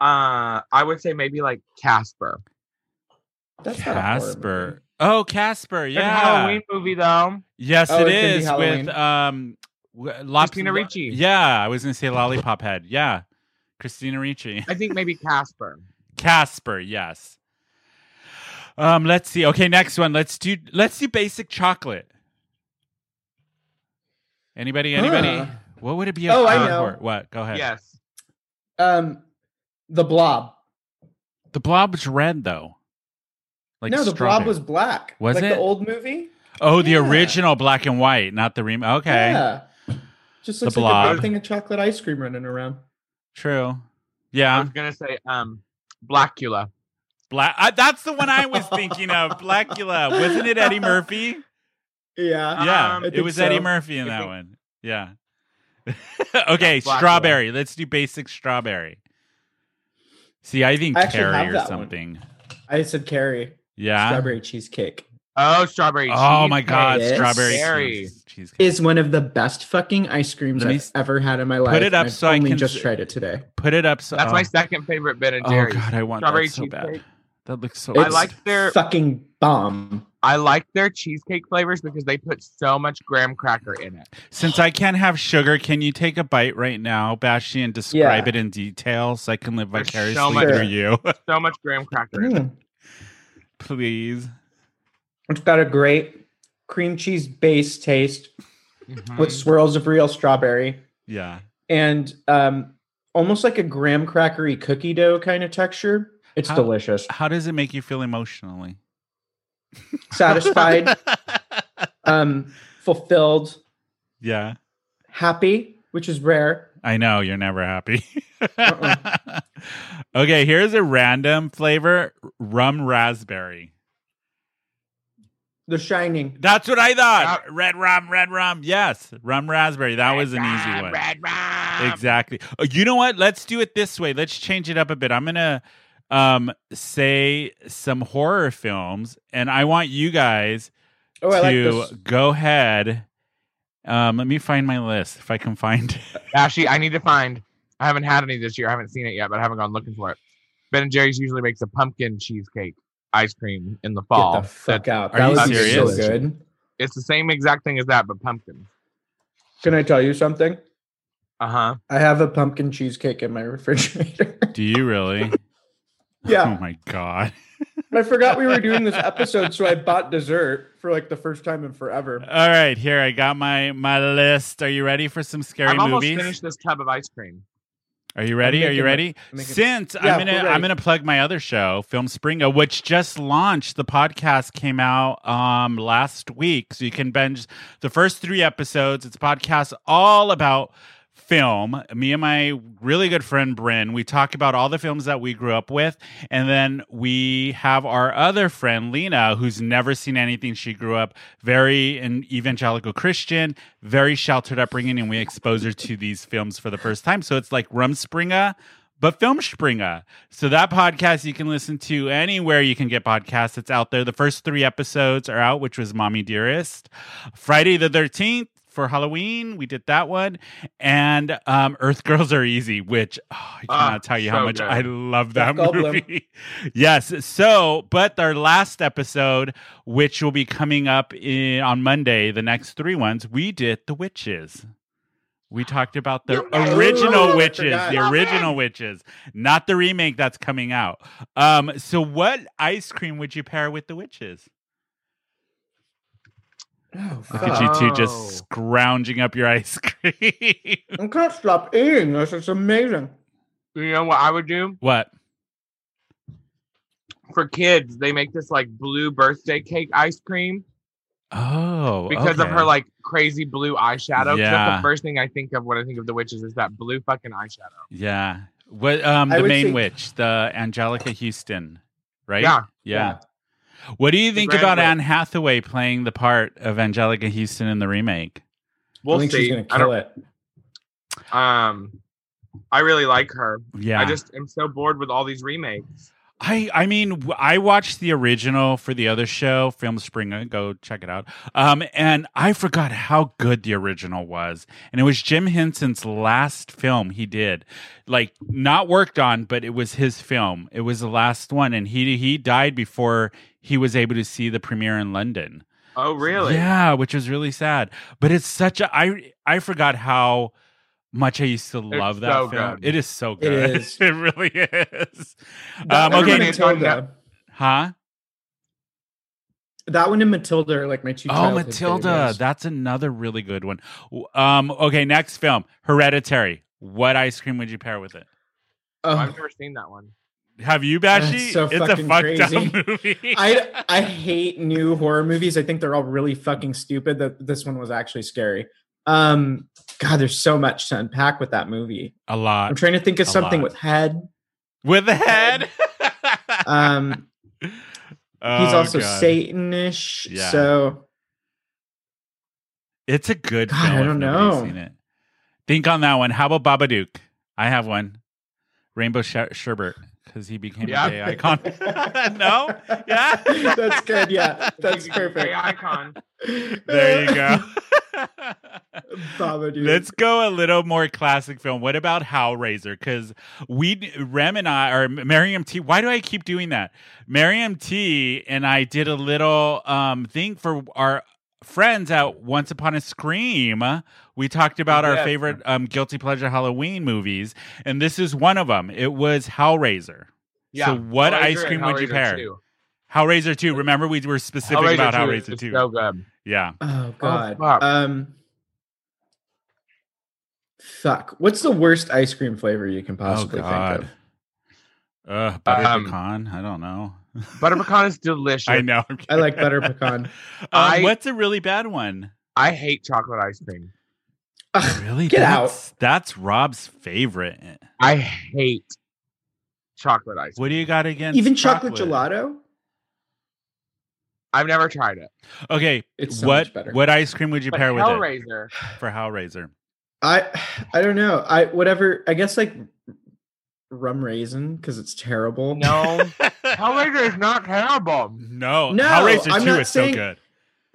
[SPEAKER 3] I would say maybe like Casper.
[SPEAKER 2] That's not a horror movie.
[SPEAKER 1] Casper. Oh, Casper.
[SPEAKER 3] It's a
[SPEAKER 1] Yeah.
[SPEAKER 3] Halloween movie though.
[SPEAKER 1] Yes, it
[SPEAKER 2] Oh, it can be
[SPEAKER 1] is
[SPEAKER 2] Halloween.
[SPEAKER 1] with um, w- lots
[SPEAKER 3] Christina Ricci.
[SPEAKER 1] Yeah, I was gonna say Lollipop Head. Yeah, Christina Ricci.
[SPEAKER 3] I think maybe Casper.
[SPEAKER 1] Casper. Yes. Um. Let's see. Okay, next one. Let's do. Let's do basic chocolate. Anybody? Anybody?
[SPEAKER 2] Huh.
[SPEAKER 1] What would it be?
[SPEAKER 2] Oh,
[SPEAKER 1] a-
[SPEAKER 2] I
[SPEAKER 1] uh,
[SPEAKER 2] know.
[SPEAKER 1] horror? What? Go ahead.
[SPEAKER 3] Yes.
[SPEAKER 2] Um, the Blob.
[SPEAKER 1] The blob's red though. Like
[SPEAKER 2] no, the
[SPEAKER 1] strawberry.
[SPEAKER 2] Blob was black.
[SPEAKER 1] Was
[SPEAKER 2] like
[SPEAKER 1] it?
[SPEAKER 2] the old movie?
[SPEAKER 1] Oh, the
[SPEAKER 2] Yeah.
[SPEAKER 1] original black and white, not the remake. Okay,
[SPEAKER 2] Yeah. Just
[SPEAKER 1] The
[SPEAKER 2] looks like a
[SPEAKER 1] Blob.
[SPEAKER 2] big thing of chocolate ice cream running around.
[SPEAKER 1] true.
[SPEAKER 3] I
[SPEAKER 1] Yeah,
[SPEAKER 3] was gonna say um, Blackula.
[SPEAKER 1] black. I, that's the one I was thinking of. Blackula, wasn't it Eddie Murphy?
[SPEAKER 2] Yeah.
[SPEAKER 1] Yeah,
[SPEAKER 3] Um, I
[SPEAKER 1] it
[SPEAKER 2] think
[SPEAKER 1] was
[SPEAKER 2] so.
[SPEAKER 1] Eddie Murphy in
[SPEAKER 3] I
[SPEAKER 1] that
[SPEAKER 3] think-
[SPEAKER 1] one. Yeah. okay,
[SPEAKER 3] Blackula.
[SPEAKER 1] strawberry. Let's do basic strawberry. See, I think
[SPEAKER 2] I actually
[SPEAKER 1] Carrie
[SPEAKER 2] have
[SPEAKER 1] or
[SPEAKER 2] that one.
[SPEAKER 1] something.
[SPEAKER 2] I said Carrie.
[SPEAKER 1] Yeah.
[SPEAKER 2] Strawberry cheesecake
[SPEAKER 3] Oh, strawberry.
[SPEAKER 1] Oh my God,
[SPEAKER 2] Yes.
[SPEAKER 1] strawberry
[SPEAKER 3] Carrie.
[SPEAKER 1] cheese- cheesecake.
[SPEAKER 2] is one of the best fucking ice creams
[SPEAKER 1] Let me
[SPEAKER 2] I've
[SPEAKER 1] s-
[SPEAKER 2] ever had in my life.
[SPEAKER 1] it
[SPEAKER 2] and
[SPEAKER 1] up
[SPEAKER 2] I've
[SPEAKER 1] so I
[SPEAKER 2] only
[SPEAKER 1] can
[SPEAKER 2] just
[SPEAKER 1] s-
[SPEAKER 2] tried it today.
[SPEAKER 1] Put it up. So
[SPEAKER 3] That's
[SPEAKER 1] oh.
[SPEAKER 3] my second favorite Ben and
[SPEAKER 1] Oh
[SPEAKER 3] Jerry's.
[SPEAKER 1] God, I want
[SPEAKER 3] Strawberry
[SPEAKER 1] that so bad.
[SPEAKER 3] cheesecake.
[SPEAKER 1] That looks so.
[SPEAKER 3] I
[SPEAKER 1] good.
[SPEAKER 3] like their
[SPEAKER 2] fucking bomb.
[SPEAKER 3] I like their cheesecake flavors because they put so much graham cracker in it.
[SPEAKER 1] Since I can't have sugar, can you take a bite right now, Bashi, and describe
[SPEAKER 2] Yeah.
[SPEAKER 1] it in detail so I can live
[SPEAKER 3] There's so
[SPEAKER 1] vicariously
[SPEAKER 3] much-
[SPEAKER 1] through you,
[SPEAKER 3] So much graham cracker. In it.
[SPEAKER 2] Mm.
[SPEAKER 1] please?
[SPEAKER 2] It's got a great cream cheese base taste
[SPEAKER 1] Mm-hmm.
[SPEAKER 3] Mhm.
[SPEAKER 1] Mm.
[SPEAKER 2] with swirls of real strawberry
[SPEAKER 1] Yeah,
[SPEAKER 2] and um, almost like a graham crackery cookie dough kind of texture. It's
[SPEAKER 1] How-
[SPEAKER 2] delicious.
[SPEAKER 1] how does it make you feel emotionally?
[SPEAKER 2] Satisfied, um, fulfilled,
[SPEAKER 1] yeah,
[SPEAKER 2] happy, which is rare.
[SPEAKER 1] I know you're never happy.
[SPEAKER 2] Uh-uh.
[SPEAKER 1] okay, here's a random flavor: rum raspberry.
[SPEAKER 2] The Shining.
[SPEAKER 1] That's what I thought.
[SPEAKER 3] Uh,
[SPEAKER 1] Red rum, red rum. Yes, rum raspberry. That was an easy
[SPEAKER 3] Rum,
[SPEAKER 1] one.
[SPEAKER 3] Red
[SPEAKER 2] Um,
[SPEAKER 3] rum.
[SPEAKER 1] Exactly. Oh, you know what? Let's do it this way. Let's change it up a bit. I'm gonna um say some horror films, and I want you guys
[SPEAKER 2] Oh, I like
[SPEAKER 1] to
[SPEAKER 2] this.
[SPEAKER 1] go ahead. Um, let me find my list if I can find it.
[SPEAKER 3] Actually, I need to find. I haven't had any this year. I haven't seen it yet, but I haven't gone looking for it. Ben and Jerry's usually makes a pumpkin cheesecake ice cream in the fall.
[SPEAKER 2] Get the fuck
[SPEAKER 3] That-
[SPEAKER 2] out.
[SPEAKER 1] Are
[SPEAKER 2] that
[SPEAKER 1] you
[SPEAKER 2] would be
[SPEAKER 1] serious?
[SPEAKER 2] so good.
[SPEAKER 3] It's the same exact thing as that, but pumpkin.
[SPEAKER 2] Can I tell you something?
[SPEAKER 3] Uh huh.
[SPEAKER 2] I have a pumpkin cheesecake in my refrigerator.
[SPEAKER 1] Do you really?
[SPEAKER 2] yeah.
[SPEAKER 1] Oh my god.
[SPEAKER 2] I forgot we were doing this episode, so I bought dessert for like the first time in forever.
[SPEAKER 1] All right, here I got my my list. Are you ready for some scary
[SPEAKER 3] I've almost
[SPEAKER 1] movies?
[SPEAKER 3] finished this tub of ice cream.
[SPEAKER 1] Are you ready?
[SPEAKER 2] I'm
[SPEAKER 1] Are you
[SPEAKER 2] making
[SPEAKER 1] ready?
[SPEAKER 2] I'm making-
[SPEAKER 1] Since
[SPEAKER 2] Yeah,
[SPEAKER 1] I'm gonna
[SPEAKER 2] we're ready.
[SPEAKER 1] I'm gonna plug my other show, Film Springo, which just launched. The podcast came out um last week, so you can binge the first three episodes. It's a podcast all about film. Me and my really good friend Bryn, we talk about all the films that we grew up with, and then we have our other friend Lena, who's never seen anything. She grew up very an evangelical Christian, very sheltered upbringing, and we expose her to these films for the first time. So it's like Rumspringa, but Filmspringa. So that podcast you can listen to anywhere you can get podcasts. It's out there. The first three episodes are out, which was Mommy Dearest, Friday the Thirteenth. For Halloween, we did that one, and um, Earth Girls Are Easy, which oh, I
[SPEAKER 3] Ah,
[SPEAKER 1] cannot tell you how
[SPEAKER 3] so
[SPEAKER 1] much
[SPEAKER 3] good.
[SPEAKER 1] I love that
[SPEAKER 2] Jeff Goldblum.
[SPEAKER 1] movie. yes. So, but our last episode, which will be coming up in, on Monday, the next three ones, we did the witches. We talked about the
[SPEAKER 2] Oh,
[SPEAKER 1] original
[SPEAKER 2] I
[SPEAKER 1] witches,
[SPEAKER 2] forgot.
[SPEAKER 3] Oh,
[SPEAKER 1] the original witches, not the remake that's coming out. Um, so what ice cream would you pair with the witches?
[SPEAKER 2] Oh,
[SPEAKER 1] Look at you two
[SPEAKER 3] Oh.
[SPEAKER 1] just scrounging up your ice cream.
[SPEAKER 2] I can't stop eating this. It's amazing.
[SPEAKER 3] You know what I would do
[SPEAKER 1] what?
[SPEAKER 3] for kids? They make this like blue birthday cake ice cream
[SPEAKER 1] Oh,
[SPEAKER 3] because of
[SPEAKER 1] okay.
[SPEAKER 3] her like crazy blue eyeshadow. 'Cause That's
[SPEAKER 1] Yeah.
[SPEAKER 3] the first thing I think of when I think of the witches is that blue fucking eyeshadow.
[SPEAKER 1] Yeah. What um
[SPEAKER 2] I
[SPEAKER 1] the
[SPEAKER 2] would
[SPEAKER 1] main
[SPEAKER 2] say-
[SPEAKER 1] witch, the Angelica Houston, right?
[SPEAKER 3] Yeah.
[SPEAKER 1] Yeah. What do you think
[SPEAKER 3] Grand
[SPEAKER 1] about
[SPEAKER 3] Witch.
[SPEAKER 1] Anne Hathaway playing the part of Angelica Houston in the remake?
[SPEAKER 3] We'll
[SPEAKER 2] I think
[SPEAKER 3] see.
[SPEAKER 2] she's gonna
[SPEAKER 3] I don't.
[SPEAKER 2] kill it.
[SPEAKER 3] Um, I really like her.
[SPEAKER 1] Yeah.
[SPEAKER 3] I just am so bored with all these remakes.
[SPEAKER 1] I I mean w- I watched the original for the other show Film Springer go check it out. Um and I forgot how good the original was. And it was Jim Henson's last film he did. Like not worked on but it was his film. It was the last one and he he died before he was able to see the premiere in London.
[SPEAKER 3] Oh, really?
[SPEAKER 1] Yeah, which was really sad. But it's such a I I forgot how much I used to love that
[SPEAKER 3] so
[SPEAKER 1] film.
[SPEAKER 3] good.
[SPEAKER 1] It is so good.
[SPEAKER 2] is.
[SPEAKER 1] it really is.
[SPEAKER 2] That
[SPEAKER 1] Um,
[SPEAKER 2] one
[SPEAKER 1] okay,
[SPEAKER 2] and
[SPEAKER 3] Everybody's on
[SPEAKER 2] Matilda.
[SPEAKER 1] huh?
[SPEAKER 2] That one and Matilda are like my two.
[SPEAKER 1] Oh,
[SPEAKER 2] childhood
[SPEAKER 1] Matilda.
[SPEAKER 2] favorites.
[SPEAKER 1] That's another really good one. W- Um, okay, next film, Hereditary. What ice cream would you pair with it?
[SPEAKER 2] Oh,
[SPEAKER 3] I've never seen that one.
[SPEAKER 1] Have you,
[SPEAKER 2] That's
[SPEAKER 1] Bashi?
[SPEAKER 2] so
[SPEAKER 1] it's a
[SPEAKER 2] fucking
[SPEAKER 1] fucked
[SPEAKER 2] crazy.
[SPEAKER 1] up movie.
[SPEAKER 2] I I hate new horror movies. I think they're all really fucking stupid. That this one was actually scary. Um, God, there's so much to unpack with that movie.
[SPEAKER 1] a
[SPEAKER 2] I'm
[SPEAKER 1] lot
[SPEAKER 2] trying to think of
[SPEAKER 1] a
[SPEAKER 2] something
[SPEAKER 1] lot.
[SPEAKER 2] with head.
[SPEAKER 1] with a head.
[SPEAKER 2] Um, he's
[SPEAKER 1] Oh,
[SPEAKER 2] also
[SPEAKER 1] God.
[SPEAKER 2] Satanish.
[SPEAKER 1] Yeah.
[SPEAKER 2] So
[SPEAKER 1] It's a good
[SPEAKER 2] God,
[SPEAKER 1] film.
[SPEAKER 2] I
[SPEAKER 1] if
[SPEAKER 2] don't
[SPEAKER 1] nobody's
[SPEAKER 2] know.
[SPEAKER 1] Seen it. Think on that one. How about Babadook? I have one. Rainbow Sher- Sherbert, because he became
[SPEAKER 3] Yeah.
[SPEAKER 1] a gay icon. no, yeah,
[SPEAKER 2] That's good, yeah. That's
[SPEAKER 3] He's a
[SPEAKER 2] perfect.
[SPEAKER 3] gay icon.
[SPEAKER 1] There you go.
[SPEAKER 2] Babadook.
[SPEAKER 1] Let's go a little more classic film. What about Hellraiser? Because we, Rem and I, or Miriam T. Why do I keep doing that? Miriam T. and I did a little um thing for our friends at Once Upon a Scream. We talked about our
[SPEAKER 3] Oh, Yeah.
[SPEAKER 1] favorite um guilty pleasure Halloween movies, and this is one of them. It was Hellraiser.
[SPEAKER 3] Yeah.
[SPEAKER 1] So what
[SPEAKER 3] Hellraiser
[SPEAKER 1] ice
[SPEAKER 3] and
[SPEAKER 1] cream would you
[SPEAKER 3] Hellraiser
[SPEAKER 1] pair?
[SPEAKER 3] 2.
[SPEAKER 1] Hellraiser two. Remember we were specific
[SPEAKER 3] Hellraiser
[SPEAKER 1] about
[SPEAKER 3] 2 is
[SPEAKER 1] Hellraiser
[SPEAKER 3] just
[SPEAKER 1] two.
[SPEAKER 3] So good.
[SPEAKER 1] yeah.
[SPEAKER 2] Oh God.
[SPEAKER 3] fuck.
[SPEAKER 2] um. Fuck. What's the worst ice cream flavor you can possibly think of?
[SPEAKER 1] Uh, Oh, butter
[SPEAKER 3] Um,
[SPEAKER 1] pecan. I don't know.
[SPEAKER 3] Butter pecan is delicious.
[SPEAKER 1] I
[SPEAKER 3] I,
[SPEAKER 1] know.
[SPEAKER 2] I like butter pecan.
[SPEAKER 1] Um,
[SPEAKER 3] I-
[SPEAKER 1] what's a really bad one?
[SPEAKER 3] hate chocolate ice cream.
[SPEAKER 2] Ugh,
[SPEAKER 1] Really?
[SPEAKER 2] Get
[SPEAKER 1] that's, out. That's Rob's favorite.
[SPEAKER 3] I hate chocolate ice cream.
[SPEAKER 1] What do you got against
[SPEAKER 2] even chocolate, gelato.
[SPEAKER 3] I've never tried it.
[SPEAKER 1] Okay.
[SPEAKER 2] It's so
[SPEAKER 1] what
[SPEAKER 2] much better.
[SPEAKER 1] what ice cream would you
[SPEAKER 3] But
[SPEAKER 1] pair with it
[SPEAKER 3] Hellraiser.
[SPEAKER 1] for Hellraiser?
[SPEAKER 2] I I don't know. I whatever. I guess like rum raisin because it's terrible.
[SPEAKER 3] No. Hellraiser is not terrible.
[SPEAKER 1] No,
[SPEAKER 2] No,
[SPEAKER 1] Hellraiser
[SPEAKER 2] I'm
[SPEAKER 1] 2
[SPEAKER 2] not
[SPEAKER 1] is
[SPEAKER 2] saying-
[SPEAKER 1] so good.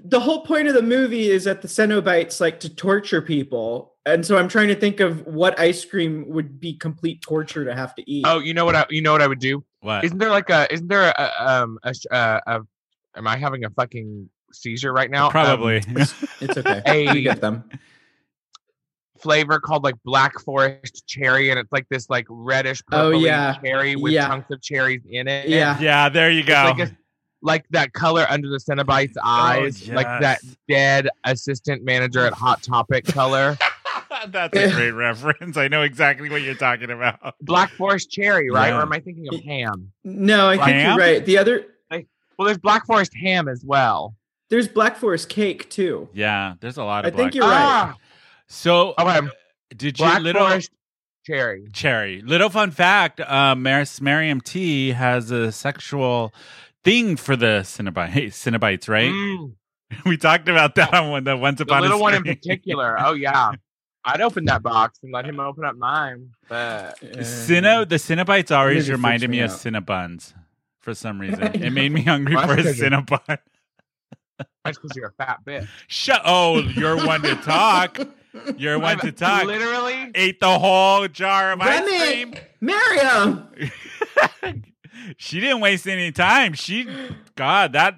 [SPEAKER 2] the whole point of the movie is that the Cenobites like to torture people, and so I'm trying to think of what ice cream would be complete torture to have to eat.
[SPEAKER 3] Oh, you know what I you know what I would do?
[SPEAKER 1] What?
[SPEAKER 3] Isn't there like a isn't there a, um a, sh- uh a am I having a fucking seizure right now? Um,
[SPEAKER 1] Probably.
[SPEAKER 2] It's okay.
[SPEAKER 3] Hey.
[SPEAKER 2] We get them.
[SPEAKER 3] flavor called like black forest cherry and it's like this like reddish
[SPEAKER 2] Oh,
[SPEAKER 3] purple
[SPEAKER 2] yeah.
[SPEAKER 3] cherry with
[SPEAKER 2] Yeah.
[SPEAKER 3] chunks of cherries in it.
[SPEAKER 2] Yeah.
[SPEAKER 1] yeah, there you go.
[SPEAKER 3] like a- like that color under the Cenobite's eyes, like that
[SPEAKER 1] Oh, yes.
[SPEAKER 3] dead assistant manager at Hot Topic color.
[SPEAKER 1] That's a great reference. I know exactly what you're talking about.
[SPEAKER 3] Black Forest cherry, right?
[SPEAKER 1] Yeah.
[SPEAKER 3] Or am I thinking of ham?
[SPEAKER 2] No, I think
[SPEAKER 1] Ham?
[SPEAKER 2] you're right. The other
[SPEAKER 3] Well, there's Black Forest ham as well.
[SPEAKER 2] there's Black Forest cake too.
[SPEAKER 1] Yeah, there's a lot
[SPEAKER 2] I
[SPEAKER 1] of.
[SPEAKER 2] think
[SPEAKER 1] black-
[SPEAKER 2] you're right.
[SPEAKER 1] So
[SPEAKER 3] Ah, okay.
[SPEAKER 1] did you
[SPEAKER 3] Black
[SPEAKER 1] little
[SPEAKER 3] Forest cherry.
[SPEAKER 1] cherry? Little fun fact: uh, Maris Merriam T has a sexual thing for the Cinnabites. Cinnabites, right?
[SPEAKER 3] Mm,
[SPEAKER 1] We talked about that on one, the Once
[SPEAKER 3] the
[SPEAKER 1] Upon
[SPEAKER 3] little
[SPEAKER 1] a
[SPEAKER 3] one in
[SPEAKER 1] Screen.
[SPEAKER 3] particular. Oh yeah. I'd open that box and let him open up mine. But
[SPEAKER 1] Cinna, the Cinnabites always
[SPEAKER 2] Maybe
[SPEAKER 1] reminded
[SPEAKER 2] freaks
[SPEAKER 1] me
[SPEAKER 2] me
[SPEAKER 1] of
[SPEAKER 2] out.
[SPEAKER 1] Cinnabuns for some reason.
[SPEAKER 2] I
[SPEAKER 1] It
[SPEAKER 2] know.
[SPEAKER 1] made me hungry
[SPEAKER 3] Well,
[SPEAKER 1] for a
[SPEAKER 3] that's good.
[SPEAKER 1] Cinnabon.
[SPEAKER 3] that's because you're a fat bitch.
[SPEAKER 1] Shut. Oh, you're one to talk. You're one to
[SPEAKER 3] I've
[SPEAKER 1] talk.
[SPEAKER 3] Literally.
[SPEAKER 1] Ate the whole jar of ice
[SPEAKER 2] Remy,
[SPEAKER 1] cream.
[SPEAKER 2] Miriam.
[SPEAKER 1] she didn't waste any time. She, God, that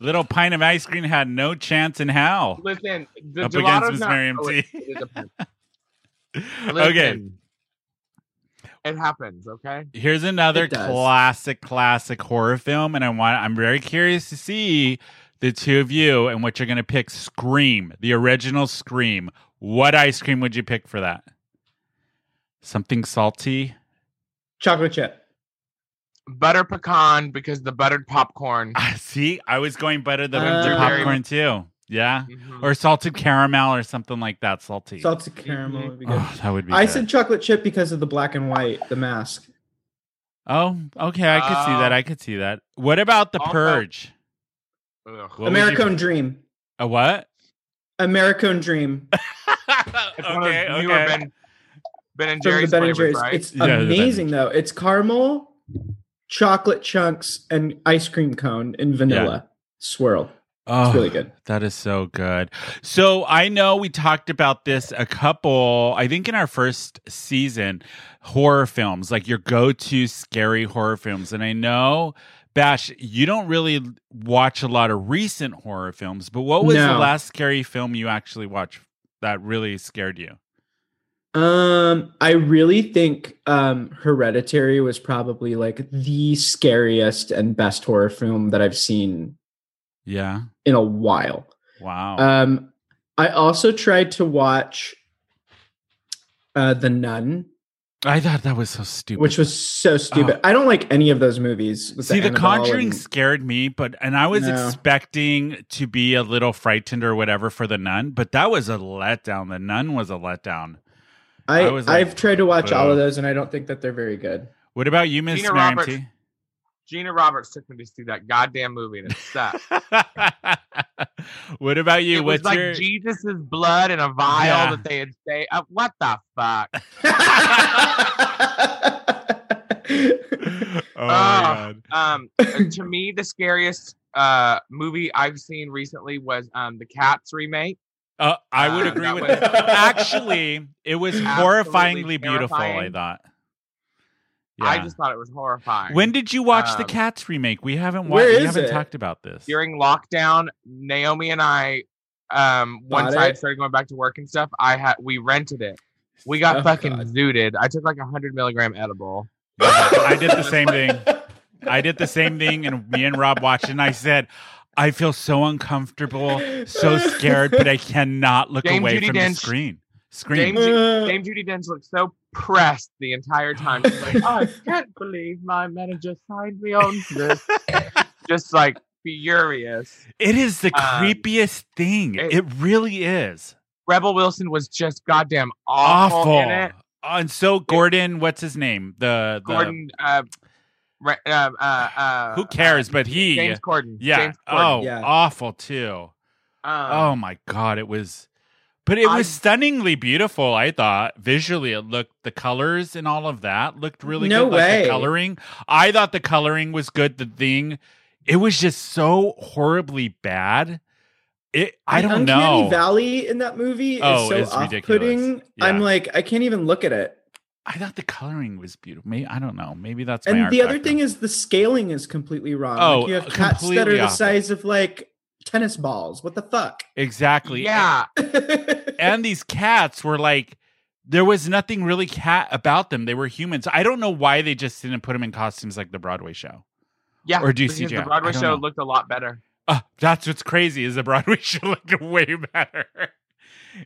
[SPEAKER 1] little pint of ice cream had no chance in hell
[SPEAKER 3] Listen, the
[SPEAKER 1] up against
[SPEAKER 3] gelato's
[SPEAKER 1] Miss
[SPEAKER 3] not.
[SPEAKER 1] Miriam
[SPEAKER 3] oh,
[SPEAKER 1] T.
[SPEAKER 3] it- it is a pimp.
[SPEAKER 1] Okay,
[SPEAKER 3] Listen, It happens, okay?
[SPEAKER 1] here's another
[SPEAKER 2] It does.
[SPEAKER 1] classic, classic horror film, and I want. I'm very curious to see the two of you and what you're going to pick. Scream, the original Scream. What ice cream would you pick for that? Something salty.
[SPEAKER 2] Chocolate chip.
[SPEAKER 3] Butter pecan because the buttered popcorn.
[SPEAKER 1] Ah, See, I was going better than the
[SPEAKER 2] Uh,
[SPEAKER 1] popcorn too. Yeah,
[SPEAKER 3] Mhm.
[SPEAKER 1] or salted caramel or something like that. Salty.
[SPEAKER 2] Salted caramel would be good.
[SPEAKER 1] Oh, that would be.
[SPEAKER 2] I
[SPEAKER 1] good.
[SPEAKER 2] said chocolate chip because of the black and white, the mask.
[SPEAKER 1] Oh, okay. I could see that.
[SPEAKER 3] Oh.
[SPEAKER 1] I could see that. What about the
[SPEAKER 3] Also-
[SPEAKER 1] purge?
[SPEAKER 3] Ugh.
[SPEAKER 1] What would you-
[SPEAKER 2] Americone Dream.
[SPEAKER 1] A what?
[SPEAKER 2] Americone Dream.
[SPEAKER 3] It's one of those newer Ben, ben and
[SPEAKER 2] From the
[SPEAKER 3] Jerry's,
[SPEAKER 2] Ben and
[SPEAKER 3] flavors,
[SPEAKER 2] Jerry's.
[SPEAKER 3] right?
[SPEAKER 2] It's
[SPEAKER 1] Yeah, the Ben and
[SPEAKER 2] amazing though. It's caramel, chocolate chunks, and ice cream cone in vanilla swirl.
[SPEAKER 1] Oh,
[SPEAKER 2] It's really good.
[SPEAKER 1] that is so good. So I know we talked about this a couple. I think in our first season, horror films like your go-to scary horror films, and I know. Bash, you don't really watch a lot of recent horror films, but what was the
[SPEAKER 2] No.
[SPEAKER 1] last scary film you actually watched that really scared you?
[SPEAKER 2] Um, I really think um Hereditary was probably like the scariest and best horror film that I've seen
[SPEAKER 1] Yeah.
[SPEAKER 2] in a while.
[SPEAKER 1] Wow.
[SPEAKER 2] Um, I also tried to watch uh The Nun,
[SPEAKER 1] I thought that was so stupid. Uh-huh.
[SPEAKER 2] which was so stupid. I don't like any of those movies. with
[SPEAKER 1] See, The,
[SPEAKER 2] Annabelle
[SPEAKER 1] Conjuring
[SPEAKER 2] and-
[SPEAKER 1] scared me, but and I was
[SPEAKER 2] No.
[SPEAKER 1] expecting to be a little frightened or whatever for the nun, but that was a letdown. The nun was a letdown.
[SPEAKER 2] I,
[SPEAKER 1] I was like,
[SPEAKER 2] I've tried to watch all
[SPEAKER 1] "Ugh."
[SPEAKER 2] of those, and I don't think that they're very good.
[SPEAKER 1] What about you, Miss
[SPEAKER 3] Gina
[SPEAKER 1] Miriam
[SPEAKER 3] Roberts.
[SPEAKER 1] T?
[SPEAKER 3] Gina Roberts took me to see that goddamn movie and it sucked.
[SPEAKER 1] what about you?
[SPEAKER 3] it was
[SPEAKER 1] What's
[SPEAKER 3] like
[SPEAKER 1] your
[SPEAKER 3] Jesus' blood in a vial
[SPEAKER 1] Yeah.
[SPEAKER 3] that they had say, uh, what the fuck?
[SPEAKER 1] Oh, my
[SPEAKER 3] Ah.
[SPEAKER 1] God.
[SPEAKER 3] Um, to me, the scariest uh, movie I've seen recently was um, the Cats remake.
[SPEAKER 1] Uh, I would
[SPEAKER 3] Um,
[SPEAKER 1] agree
[SPEAKER 3] that
[SPEAKER 1] with
[SPEAKER 3] was
[SPEAKER 1] that. Actually, it was
[SPEAKER 3] Absolutely
[SPEAKER 1] horrifyingly beautiful, I
[SPEAKER 3] terrifying.
[SPEAKER 1] thought.
[SPEAKER 3] I
[SPEAKER 1] Yeah.
[SPEAKER 3] just thought it was horrifying.
[SPEAKER 1] when did you watch the
[SPEAKER 3] um,
[SPEAKER 1] Cats remake? We haven't
[SPEAKER 2] Where
[SPEAKER 1] watched. We
[SPEAKER 2] is
[SPEAKER 1] haven't
[SPEAKER 2] it?
[SPEAKER 1] talked about this.
[SPEAKER 3] during lockdown, Naomi and I, um, once
[SPEAKER 2] Bought
[SPEAKER 3] I
[SPEAKER 2] it?
[SPEAKER 3] started going back to work and stuff, I had we rented it. We got
[SPEAKER 2] Oh,
[SPEAKER 3] fucking
[SPEAKER 2] God.
[SPEAKER 3] zooted. I took like a hundred milligram edible.
[SPEAKER 1] I did the same thing. I did the same thing, and me and Rob watched, it, and I said, "I feel so uncomfortable, so scared, but I cannot look
[SPEAKER 3] Dame
[SPEAKER 1] away
[SPEAKER 3] Judi
[SPEAKER 1] from the
[SPEAKER 3] Dench.
[SPEAKER 1] screen." Screen.
[SPEAKER 3] Dame-
[SPEAKER 2] Uh,
[SPEAKER 3] Dame Judy Dench looked so pressed the entire time. She's like, "Oh, I can't believe my manager signed me on to this. Just like furious.
[SPEAKER 1] It is the
[SPEAKER 3] Um,
[SPEAKER 1] creepiest thing. It,
[SPEAKER 3] it-
[SPEAKER 1] really is
[SPEAKER 3] Rebel Wilson was just goddamn awful,
[SPEAKER 1] awful.
[SPEAKER 3] in it.
[SPEAKER 1] Oh, And so Gordon, what's his name? The, the
[SPEAKER 3] Gordon, uh, re- um, uh, uh,
[SPEAKER 1] who cares? But he,
[SPEAKER 3] James Corden.
[SPEAKER 1] yeah.
[SPEAKER 3] James Corden.
[SPEAKER 1] oh,
[SPEAKER 2] Yeah.
[SPEAKER 1] awful too.
[SPEAKER 3] Um,
[SPEAKER 2] Uh,
[SPEAKER 1] oh my god, it was. But it
[SPEAKER 3] I-
[SPEAKER 1] was stunningly beautiful. I thought visually, it looked the colors and all of that looked really
[SPEAKER 2] No
[SPEAKER 1] good. like the
[SPEAKER 2] way.
[SPEAKER 1] coloring. I thought the coloring was good. The thing, it was just so horribly bad. It. I
[SPEAKER 2] the
[SPEAKER 1] don't
[SPEAKER 2] Uncanny
[SPEAKER 1] know.
[SPEAKER 2] Valley in that movie is
[SPEAKER 1] Oh,
[SPEAKER 2] so
[SPEAKER 1] it's
[SPEAKER 2] off-putting.
[SPEAKER 1] ridiculous.
[SPEAKER 2] I'm
[SPEAKER 1] Yeah.
[SPEAKER 2] like, I can't even look at it.
[SPEAKER 1] I thought the coloring was beautiful. Maybe I don't know. Maybe that's my
[SPEAKER 2] and
[SPEAKER 1] art
[SPEAKER 2] the other
[SPEAKER 1] background.
[SPEAKER 2] thing is the scaling is completely wrong.
[SPEAKER 1] Oh,
[SPEAKER 2] like you have cats that are
[SPEAKER 1] completely
[SPEAKER 2] the
[SPEAKER 1] awful.
[SPEAKER 2] size of like tennis balls. What the fuck?
[SPEAKER 1] exactly.
[SPEAKER 3] yeah.
[SPEAKER 1] and these cats were like there was nothing really cat about them. They were humans. I don't know why they just didn't put them in costumes like the Broadway show.
[SPEAKER 3] Yeah.
[SPEAKER 1] Or do you
[SPEAKER 3] because
[SPEAKER 1] see
[SPEAKER 3] The
[SPEAKER 1] Jack? I
[SPEAKER 3] Broadway
[SPEAKER 1] don't
[SPEAKER 3] show
[SPEAKER 1] know. Oh,
[SPEAKER 3] looked a lot better.
[SPEAKER 1] Uh, that's what's crazy is the Broadway show looked way better.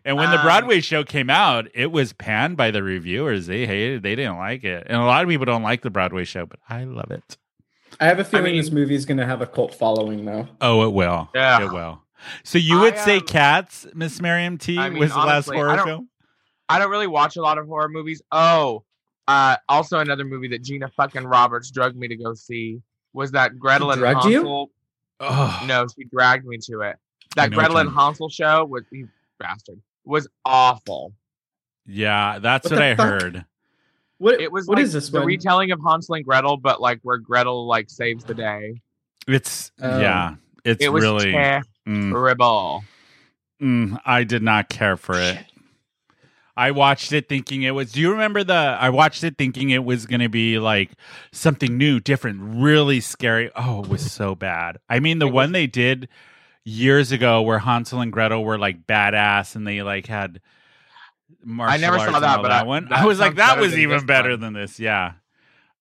[SPEAKER 1] And when the
[SPEAKER 3] Um,
[SPEAKER 1] Broadway show came out, it was panned by the reviewers. They hated it. They didn't like it. And a lot of people don't like the Broadway show, but I love it.
[SPEAKER 2] I have a feeling
[SPEAKER 3] mean-
[SPEAKER 2] this movie is going to have a cult following, though.
[SPEAKER 1] Oh, it will.
[SPEAKER 3] Yeah.
[SPEAKER 1] It will. So you would
[SPEAKER 3] I,
[SPEAKER 1] say
[SPEAKER 3] um,
[SPEAKER 1] Cats, Miss Miriam T,
[SPEAKER 3] I mean,
[SPEAKER 1] was the last
[SPEAKER 3] honestly,
[SPEAKER 1] horror
[SPEAKER 3] I don't-
[SPEAKER 1] film?
[SPEAKER 3] I don't really watch a lot of horror movies. Oh, uh, also another movie that Gina fucking Roberts drugged me to go see was that Gretel and
[SPEAKER 2] drugged you?
[SPEAKER 3] Hansel.
[SPEAKER 1] Oh,
[SPEAKER 3] No, she dragged me to it.
[SPEAKER 1] I
[SPEAKER 3] That
[SPEAKER 1] know what
[SPEAKER 3] Gretel
[SPEAKER 1] you
[SPEAKER 3] and
[SPEAKER 1] mean.
[SPEAKER 3] Hansel show was you bastard was awful.
[SPEAKER 1] Yeah, that's what,
[SPEAKER 2] What the
[SPEAKER 1] I
[SPEAKER 2] fuck?
[SPEAKER 1] heard.
[SPEAKER 2] What,
[SPEAKER 3] It was
[SPEAKER 2] what
[SPEAKER 3] like
[SPEAKER 2] is this
[SPEAKER 3] the
[SPEAKER 2] one?
[SPEAKER 3] retelling of Hansel and Gretel, but like where Gretel like saves the day.
[SPEAKER 1] It's,
[SPEAKER 2] Oh.
[SPEAKER 1] yeah, it's
[SPEAKER 3] it was
[SPEAKER 1] really, mm,
[SPEAKER 3] terrible.
[SPEAKER 1] mm, I did not care for it.
[SPEAKER 2] Shit.
[SPEAKER 1] I watched it thinking it was. Do you remember the? I watched it thinking it was going to be like something new, different, really scary. Oh, it was so bad. I mean, the
[SPEAKER 3] It was-
[SPEAKER 1] one they did years ago where Hansel and Gretel were like badass and they like had martial
[SPEAKER 3] I never
[SPEAKER 1] arts
[SPEAKER 3] saw
[SPEAKER 1] and
[SPEAKER 3] that,
[SPEAKER 1] all
[SPEAKER 3] but I-
[SPEAKER 1] one.
[SPEAKER 3] that
[SPEAKER 1] I was like,
[SPEAKER 3] sounds
[SPEAKER 1] that
[SPEAKER 3] better
[SPEAKER 1] was
[SPEAKER 3] than
[SPEAKER 1] even
[SPEAKER 3] this
[SPEAKER 1] better
[SPEAKER 3] one.
[SPEAKER 1] than this. Yeah,